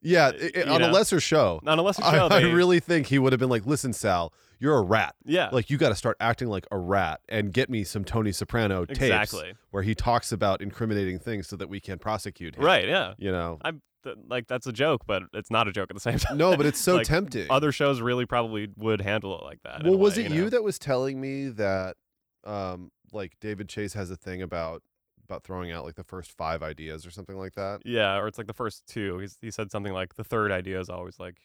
A: Yeah.
B: Y-
A: i-
B: you
A: i- on a
B: know.
A: lesser show,
B: not unless you
A: I,
B: show
A: I
B: they-
A: really think he would have been like, listen, Sal, you're a rat.
B: yeah,
A: Like, you got to start acting like a rat and get me some Tony Soprano tapes.
B: exactly
A: where he talks about incriminating things so that we can prosecute him.
B: right. Yeah,
A: You know.
B: I'm th- like that's a joke, but it's not a joke at the same time.
A: No, but it's so
B: Like,
A: tempting.
B: Other shows really probably would handle it like that. in
A: well,
B: a
A: was
B: way,
A: it
B: you,
A: you,
B: know?
A: that was telling me that um like David Chase has a thing about about throwing out like the first five ideas or something like that?
B: Yeah, or it's like the first two. He's, he said something like the third idea is always like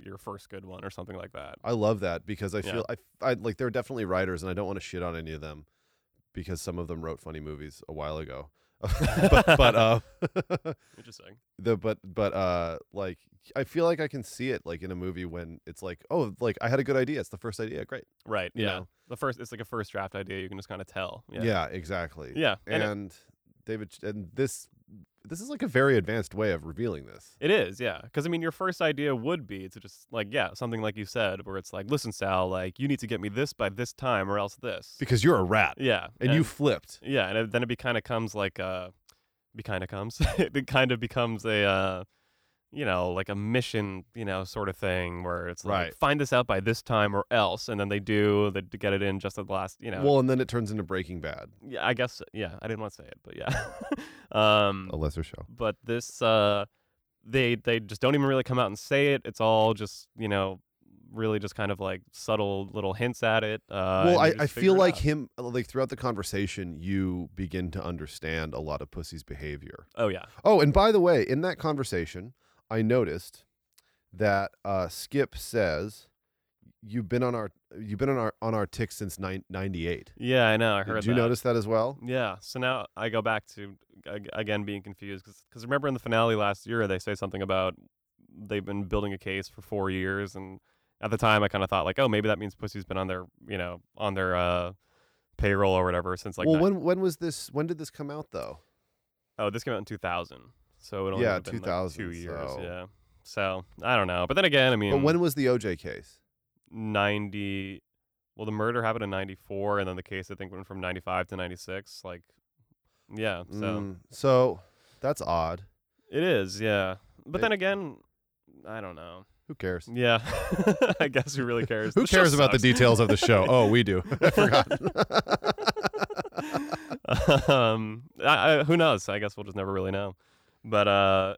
B: your first good one or something like that.
A: I love that because I
B: Yeah.
A: feel I, I like there are definitely writers and I don't want to shit on any of them because some of them wrote funny movies a while ago. but but uh,
B: Interesting.
A: the but but uh, like I feel like I can see it like in a movie when it's like, oh, like I had a good idea. It's the first idea. Great.
B: Right.
A: You
B: Yeah.
A: know.
B: The first, it's like a first draft idea. You can just kind of tell.
A: Yeah,
B: Yeah.
A: exactly.
B: Yeah,
A: And,
B: and it-
A: David Ch- and this this is like a very advanced way of revealing this.
B: It is, yeah. Because I mean, your first idea would be to just like, yeah, something like you said, where it's like, listen, Sal, like you need to get me this by this time, or else this.
A: Because you're a rat.
B: yeah,
A: And you flipped.
B: yeah, and it, then it be kind of comes like uh, be kind of comes. it kind of becomes a, uh, you know, like a mission, you know, sort of thing where it's like,
A: Right.
B: find this out by this time or else, and then they do they d- get it in just at the last, you know.
A: Well, and then it turns into Breaking Bad,
B: yeah, I guess, yeah, I didn't want to say it, but yeah. um,
A: a lesser show.
B: but this uh they they just don't even really come out and say it it's all just you know really just kind of like subtle little hints at it uh
A: well,
B: and you
A: I,
B: just
A: I
B: figure
A: feel
B: it
A: like
B: out.
A: him, like throughout the conversation, you begin to understand a lot of Pussy's behavior.
B: oh yeah
A: Oh, and by the way, in that conversation, I noticed that uh, Skip says, "You've been on our, you've been on our on our tick since nine ninety eight.
B: yeah i know i heard
A: Did you
B: that.
A: notice that as well?
B: yeah so now i go back to ag- again being confused because remember in the finale last year they say something about they've been building a case for four years and at the time i kind of thought like oh maybe that means pussy's been on their you know on their uh payroll or whatever since like
A: well,
B: ni-
A: when when was this? When did this come out though?
B: Oh, this came out in 2000. So it only
A: Yeah,
B: would've been, like,
A: 2000,
B: two years.
A: so-
B: Yeah. So I don't know. But then again, I mean,
A: But when was the OJ case?
B: 90, well, the murder happened in 94, and then the case, I think, went from 95 to 96. Like, yeah. So
A: Mm, so that's odd.
B: it is, yeah. But
A: It-
B: then again, I don't know.
A: Who cares?
B: Yeah. I guess who really cares?
A: Who
B: Mm, The show
A: cares about the
B: sucks.
A: details of the show? Oh, we do. I forgot.
B: um, I, I, who knows? I guess we'll just never really know. But uh,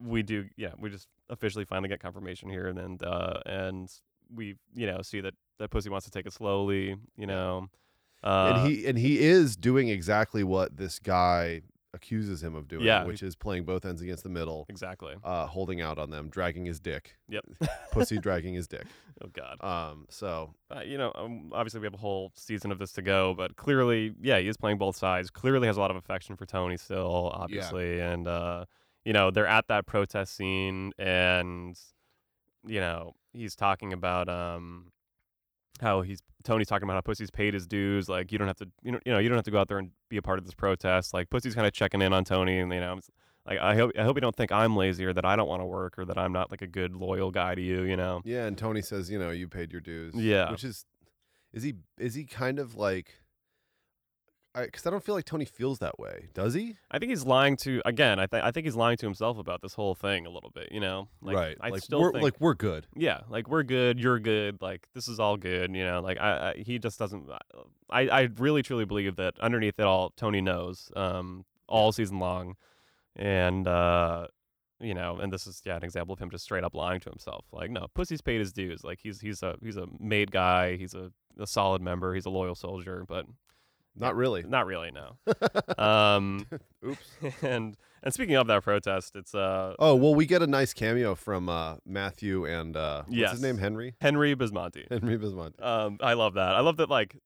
B: we do, yeah. We just officially finally get confirmation here, and then uh, and we, you know, see that that pussy wants to take it slowly, you know. Uh,
A: and he and he is doing exactly what this guy accuses him of doing,
B: Yeah, E
A: which is playing both ends against the middle,
B: exactly.
A: uh, holding out on them, dragging his dick,
B: Yep.
A: pussy dragging his dick.
B: oh God.
A: Um, so
B: Uh, you know, um, obviously we have a whole season of this to go, but clearly, yeah, he is playing both sides. Clearly has a lot of affection for Tony still, obviously, and uh, you know they're at that protest scene, and you know he's talking about um how he's Tony's talking about how Pussy's paid his dues, like you don't have to, you know, you know, you don't have to go out there and be a part of this protest. Like Pussy's kind of checking in on Tony, and you know, it's like I hope I hope you don't think I'm lazy or that I don't want to work or that I'm not like a good loyal guy to you, you know.
A: yeah, and Tony says, you know, you paid your dues.
B: Yeah.
A: which is is he is he kind of like. Because I, don't feel like Tony feels that way, does he?
B: I think he's lying to again. I think I think he's lying to himself about this whole thing a little bit. You know, like, I
A: like
B: still
A: we're
B: think,
A: like we're good.
B: yeah, like we're good, you're good, like this is all good. You know, like I, I he just doesn't. I I really truly believe that underneath it all, Tony knows um all season long, and uh you know, and this is yeah an example of him just straight up lying to himself. Like no, pussy's paid his dues. Like he's he's a he's a made guy. He's a a solid member. He's a loyal soldier, but
A: Not really.
B: not really. No. um.
A: Oops.
B: and and speaking of that protest, it's uh
A: Oh well, we get a nice cameo from uh, Matthew and uh, what's
B: Yes.
A: his name, Henry.
B: Henry Bismonti.
A: Henry Bismonti.
B: Um, I love that. I love that like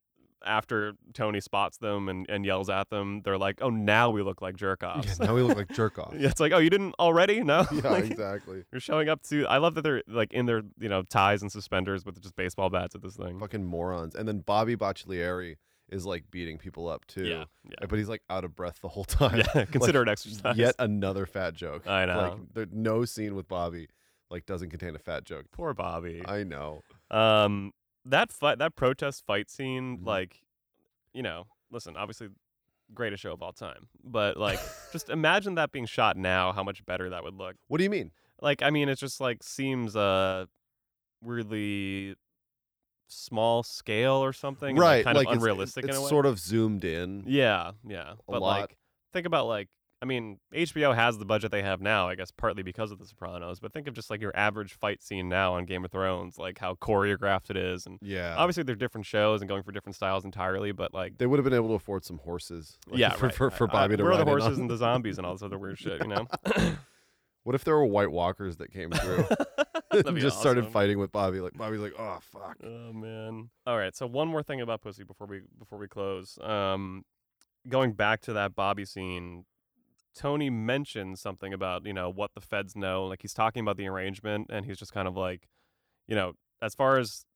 B: after Tony spots them and, and yells at them, they're like, "Oh, now we look like jerk
A: Yeah,
B: offs."
A: now we look like jerk offs.
B: it's like, "Oh, you didn't already?" No.
A: yeah,
B: Like,
A: exactly.
B: You're showing up to. I love that they're like in their you know ties and suspenders with just baseball bats at this thing.
A: Fucking morons. And then Bobby Bocciolieri is like beating people up too.
B: Yeah, yeah,
A: But he's like out of breath the whole time.
B: yeah. Consider it exercise.
A: Yet another fat joke.
B: I know.
A: Like there, no scene with Bobby like doesn't contain a fat joke.
B: Poor Bobby.
A: I know.
B: Um, that fight, that protest fight scene,
A: Mhm.
B: like, you know, listen, obviously, greatest show of all time, but like, just imagine that being shot now, how much better that would look.
A: What do you mean?
B: Like, I mean, it just like seems uh really small scale or something, and, like,
A: right.
B: kind
A: like
B: of
A: it's-
B: unrealistic
A: It's,
B: in a way.
A: sort of zoomed in.
B: yeah, yeah, but
A: lot.
B: like, think about like. I mean, HBO has the budget they have now, I guess, partly because of The Sopranos. But think of just like your average fight scene now on Game of Thrones, like how choreographed it is, and
A: Yeah.
B: obviously they're different shows and going for different styles entirely but like
A: they would have been able to afford some horses. like,
B: yeah
A: For,
B: right.
A: for, for
B: I- I-
A: Bobby to
B: where are
A: ride
B: the
A: in
B: horses
A: on.
B: and the zombies and all this other weird shit you know
A: What if there were White Walkers that came through and
B: That'd be
A: just started
B: awesome.
A: fighting with Bobby? Like Bobby's like, oh fuck.
B: oh man all right so one more thing about pussy before we before we close um going back to that bobby scene Tony mentions something about, you know, what the feds know. Like he's talking about the arrangement and he's just kind of like, you know, as far as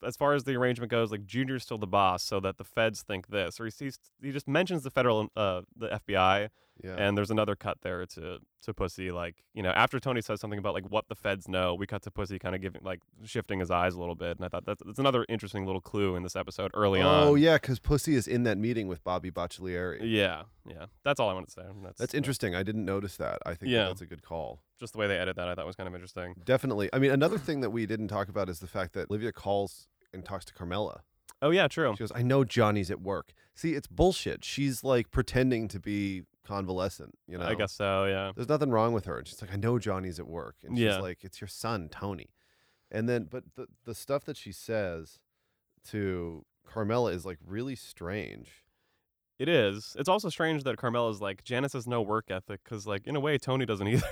B: as far as the arrangement goes, like Junior's still the boss, so that the feds think this, or he sees, he just mentions the federal, uh, the FBI,
A: Yeah.
B: and there's another cut there to to Pussy, like you know, after Tony says something about like what the feds know, we cut to Pussy kind of giving like shifting his eyes a little bit, and I thought that's, that's another interesting little clue in this episode early on.
A: oh yeah, because Pussy is in that meeting with Bobby Bocciolieri.
B: yeah, yeah, that's all I wanted to say. That's,
A: That's interesting. I didn't notice that. I think that
B: Yeah.
A: that's a good call.
B: Just the way they edit that, I thought was kind of interesting.
A: Definitely. I mean, another thing that we didn't talk about is the fact that Olivia calls and talks to Carmela.
B: Oh yeah, true.
A: She goes, I know Johnny's at work. See, it's bullshit. She's like pretending to be convalescent, you know?
B: I guess so. Yeah.
A: There's nothing wrong with her. And she's like, I know Johnny's at work. And she's
B: Yeah.
A: like, it's your son, Tony. And then, but the, the stuff that she says to Carmela is like really strange.
B: It is. It's also strange that Carmela's like Janice has no work ethic because, like, in a way, Tony doesn't either.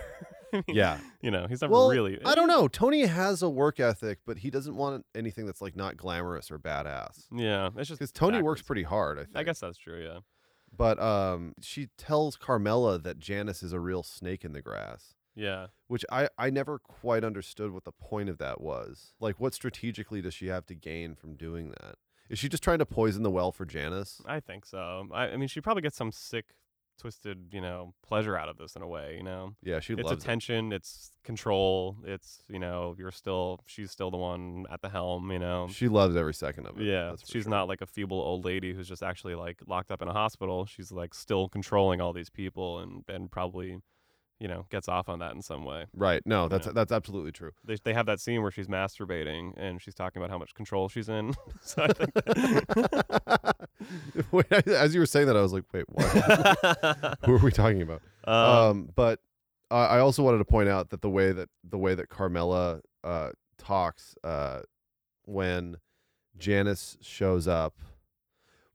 B: I mean,
A: Yeah.
B: you know, he's never
A: Well,
B: really.
A: I don't know. Tony has a work ethic, but he doesn't want anything that's like not glamorous or badass.
B: Yeah, it's just
A: Because Tony works
B: backwards.
A: pretty hard, I think.
B: I guess that's true. Yeah.
A: But um, she tells Carmela that Janice is a real snake in the grass,
B: Yeah.
A: which I, I never quite understood what the point of that was. Like, what strategically does she have to gain from doing that? Is she just trying to poison the well for Janice?
B: I think so. I, I mean, she probably gets some sick, twisted, you know, pleasure out of this in a way. You know,
A: Yeah, she
B: it's
A: loves it.
B: attention, it's control, it's you know, you're still, she's still the one at the helm. You know.
A: She loves every second of it.
B: yeah,
A: that's for
B: she's
A: sure.
B: not like a feeble old lady who's just actually like locked up in a hospital. She's like still controlling all these people and and probably, you know, gets off on that in some way.
A: Right. No, that's
B: Yeah.
A: that's absolutely true.
B: They they have that scene where she's masturbating and she's talking about how much control she's in. so I think
A: Wait, I- as you were saying that, I was like, wait, what? Who are we talking about?
B: Uh,
A: um, but I, I also wanted to point out that the way that the way that Carmela uh, talks uh, when Janice shows up,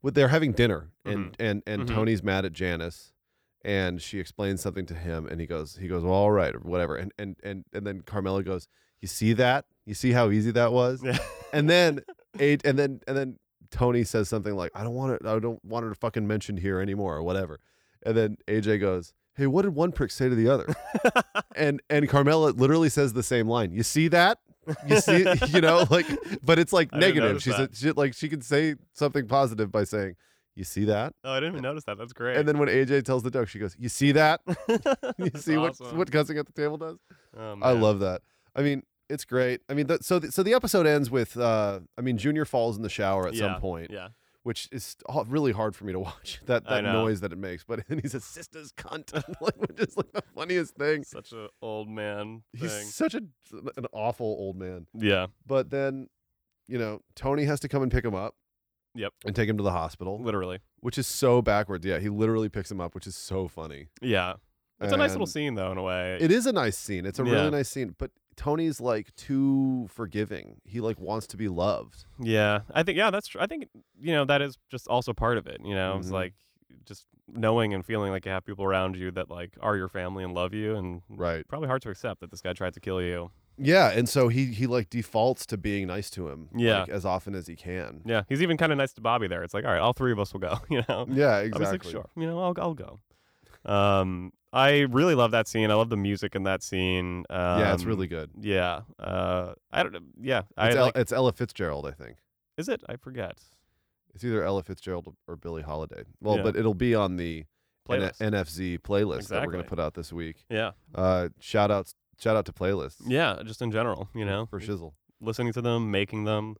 A: well, they're having dinner, and and and
B: Mhm.
A: Tony's mad at Janice, and she explains something to him, and he goes he goes well, all right or whatever, and and and and then Carmela goes, you see that? You see how easy that was?
B: yeah.
A: and then eight and then and then Tony says something like, I don't want it I don't want her to fucking mention here anymore or whatever. And then AJ goes, Hey, what did one prick say to the other? and and Carmela literally says the same line. You see that? You see you know, like but it's like
B: I didn't
A: negative.
B: notice
A: She's a,
B: that.
A: she, like she can say something positive by saying, You see that?
B: oh, I didn't even notice that. That's great.
A: And then when AJ tells the joke, she goes, You see that? You
B: That's
A: see what
B: awesome.
A: what cussing at the table does?
B: Oh,
A: I
B: man.
A: love that. I mean, it's great. I mean, the, so the, so the episode ends with uh, I mean, Junior falls in the shower at
B: yeah,
A: some point,
B: Yeah.
A: which is h- really hard for me to watch that
B: I
A: that
B: know.
A: noise that it makes. But and he's a sister's cunt, like, which is like the funniest thing.
B: Such an old man thing.
A: He's such a an awful old man.
B: yeah.
A: But then, you know, Tony has to come and pick him up.
B: Yep.
A: And take him to the hospital,
B: Literally.
A: which is so backwards. Yeah, he literally picks him up, which is so funny.
B: Yeah. It's a nice little
A: And-
B: scene though, in a way.
A: It is a nice scene. It's a
B: Yeah.
A: really nice scene. But Tony's like too forgiving. He like wants to be loved.
B: Yeah, I think yeah, that's true. I think you know that is just also part of it. You know, it's
A: Mhm.
B: like just knowing and feeling like you have people around you that like are your family and love you, and
A: Right.
B: probably hard to accept that this guy tried to kill you.
A: Yeah. And so he he like defaults to being nice to him.
B: Yeah.
A: Like, as often as he can.
B: Yeah, he's even kind of nice to Bobby there. It's like all right, all three of us will go. You know,
A: Yeah.
B: I was like,
A: Exactly.
B: sure, you know, I'll I'll go. Um, I really love that scene. I love the music in that scene. Um,
A: Yeah. It's really good.
B: yeah. Uh, I don't. Yeah, I
A: It's, El-
B: like,
A: it's Ella Fitzgerald, I think.
B: is it? I forget.
A: It's either Ella Fitzgerald or Billie Holiday. Well,
B: Yeah.
A: but it'll be on the N-
B: Playlist.
A: NFZ playlist that we're gonna
B: Exactly.
A: put out this week.
B: yeah,
A: Uh, shout outs. Shout out to playlists.
B: yeah. Just in general, you know,
A: For Shizzle.
B: listening to them, making them,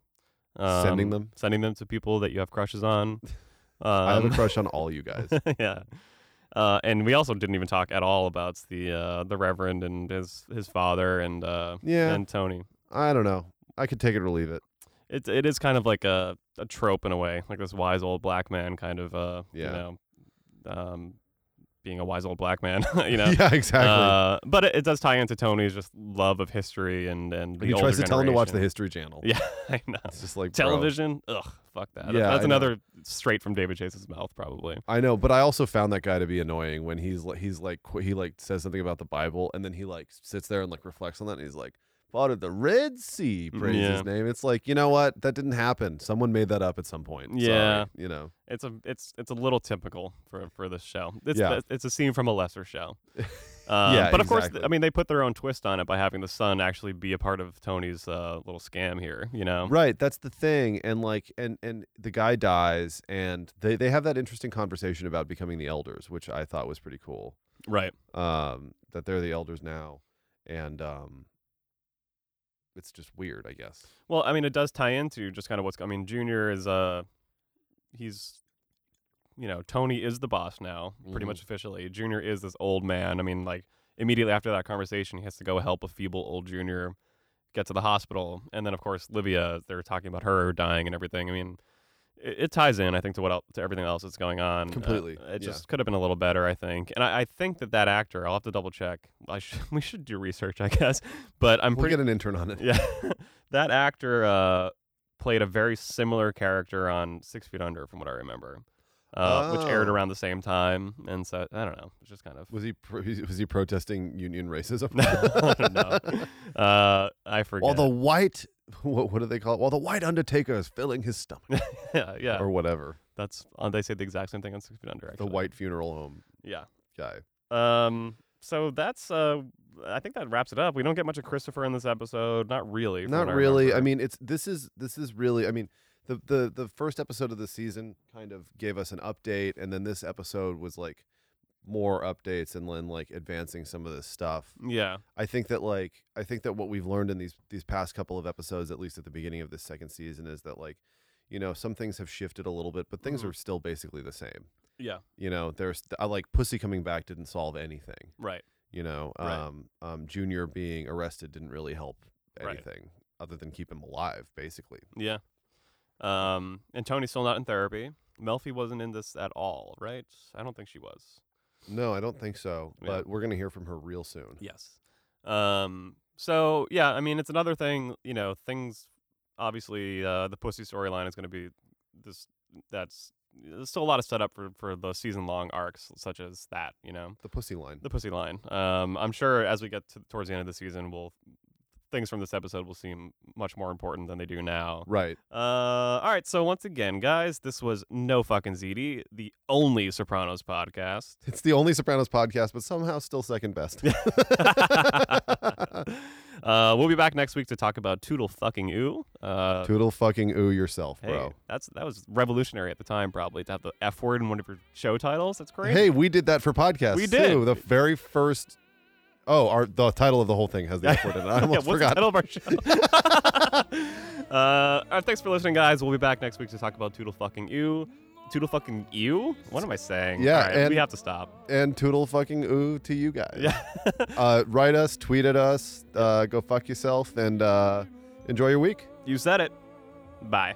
A: Sending
B: um,
A: them?
B: sending them to people that you have crushes on. Um,
A: I have a crush on all you guys.
B: yeah. Uh, and we also didn't even talk at all about the uh, the Reverend and his his father and uh,
A: Yeah.
B: and Tony.
A: I don't know. I could take it or leave it.
B: It it is kind of like a, a trope in a way, like this wise old black man kind of uh,
A: Yeah.
B: you know, um, being a wise old black man, you know.
A: Yeah, exactly.
B: Uh, but it, it does tie into Tony's just love of history and and the
A: he tries to
B: older
A: tell him to watch the
B: generation.
A: History Channel.
B: Yeah, I know.
A: It's just like bro.
B: television. Ugh, fuck that.
A: Yeah,
B: Yeah, that's
A: I know.
B: another straight from David Chase's mouth, probably.
A: I know, but I also found that guy to be annoying when he's like, he's like, qu- he like says something about the Bible, and then he like sits there and like reflects on that, and he's like, parted the Red Sea, praise
B: Mm-hmm, Yeah.
A: his name. It's like, you know what? That didn't happen. Someone made that up at some point. Sorry,
B: Yeah.
A: you know.
B: It's a it's it's a little typical for for this show. It's
A: Yeah.
B: it's- it's a scene from a lesser show. Um,
A: Yeah,
B: but of course,
A: exactly.
B: th- I mean, they put their own twist on it by having the son actually be a part of Tony's uh, little scam here. You know,
A: Right, that's the thing. And like and and the guy dies and they they have that interesting conversation about becoming the elders, which I thought was pretty cool.
B: right?
A: Um that they're the elders now and um it's just weird, I guess.
B: Well, I mean, it does tie into just kind of what's. I mean, Junior is uh, he's, you know, Tony is the boss now, pretty
A: Mhm.
B: much officially. Junior is this old man. I mean, like immediately after that conversation, he has to go help a feeble old Junior get to the hospital, and then of course Livia. They're talking about her dying and everything. I mean, it, it ties in, I think, to what el- to everything else that's going on. Uh,
A: Completely,
B: it
A: yeah.
B: just could have been a little better, I think. And I, I think that that actor, I'll have to double check. I should, we should do research, I guess. But I'm
A: We'll
B: pretty
A: get an intern on it.
B: yeah, that actor uh, played a very similar character on Six Feet Under, from what I remember, uh, which aired
A: Oh.
B: around the same time. And so I don't know, it's just kind of
A: Was he pro- was he protesting union racism?
B: I don't know. Uh, I forget.
A: While the white what, what do they call it? While the white undertaker is filling his stomach
B: yeah, yeah,
A: or whatever.
B: that's uh, they say the exact same thing on Six Feet Under. Actually.
A: The white funeral home
B: yeah.
A: guy.
B: Um, so that's uh, I think that wraps it up. We don't get much of Christopher in this episode, not really. from
A: Not
B: what
A: really. I
B: remember.
A: mean, it's this is this is really I mean, the the the first episode of the season kind of gave us an update and then this episode was like more updates and then like advancing some of this stuff.
B: yeah,
A: I think that like I think that what we've learned in these these past couple of episodes, at least at the beginning of this second season, is that like, you know, some things have shifted a little bit, but things
B: Mhm.
A: are still basically the same.
B: yeah,
A: You know, there's I like pussy coming back didn't solve anything.
B: right,
A: You know,
B: Right.
A: um, um, Junior being arrested didn't really help
B: Right.
A: anything other than keep him alive, basically.
B: yeah. Um, and Tony's still not in therapy. Melfi wasn't in this at all, right? I don't think she was.
A: No, I don't think so.
B: Yeah.
A: But we're gonna hear from her real soon.
B: Yes. Um. So yeah, I mean, it's another thing. You know, things. Obviously, uh, the pussy storyline is going to be this. That's there's still a lot of setup for for the season long arcs such as that. You know,
A: The pussy line.
B: the pussy line. Um. I'm sure as we get to, towards the end of the season, we'll things from this episode will seem much more important than they do now.
A: Right.
B: Uh, all right. So once again, guys, this was no fucking ZD, the only Sopranos podcast.
A: It's the only Sopranos podcast, but somehow still second best.
B: uh, we'll be back next week to talk about Toodle fucking ooh. Uh,
A: Toodle fucking ooh yourself,
B: hey,
A: bro.
B: that's that was revolutionary at the time, probably to have the F word in one of your show titles. That's great.
A: Hey, we did that for podcasts.
B: We did.
A: too. The very first. Oh, our the title of the whole thing has the F word in it. I
B: yeah,
A: almost
B: what's the
A: forgot.
B: title of our show? uh, all right, thanks for listening, guys. We'll be back next week to talk about Toodle fucking ooh. Toodle fucking ew? What am I saying?
A: Yeah,
B: All right,
A: and-
B: we have to stop.
A: And toodle fucking ooh to you guys.
B: Yeah.
A: Uh, write us, tweet at us, uh, go fuck yourself, and uh, enjoy your week.
B: you said it. Bye.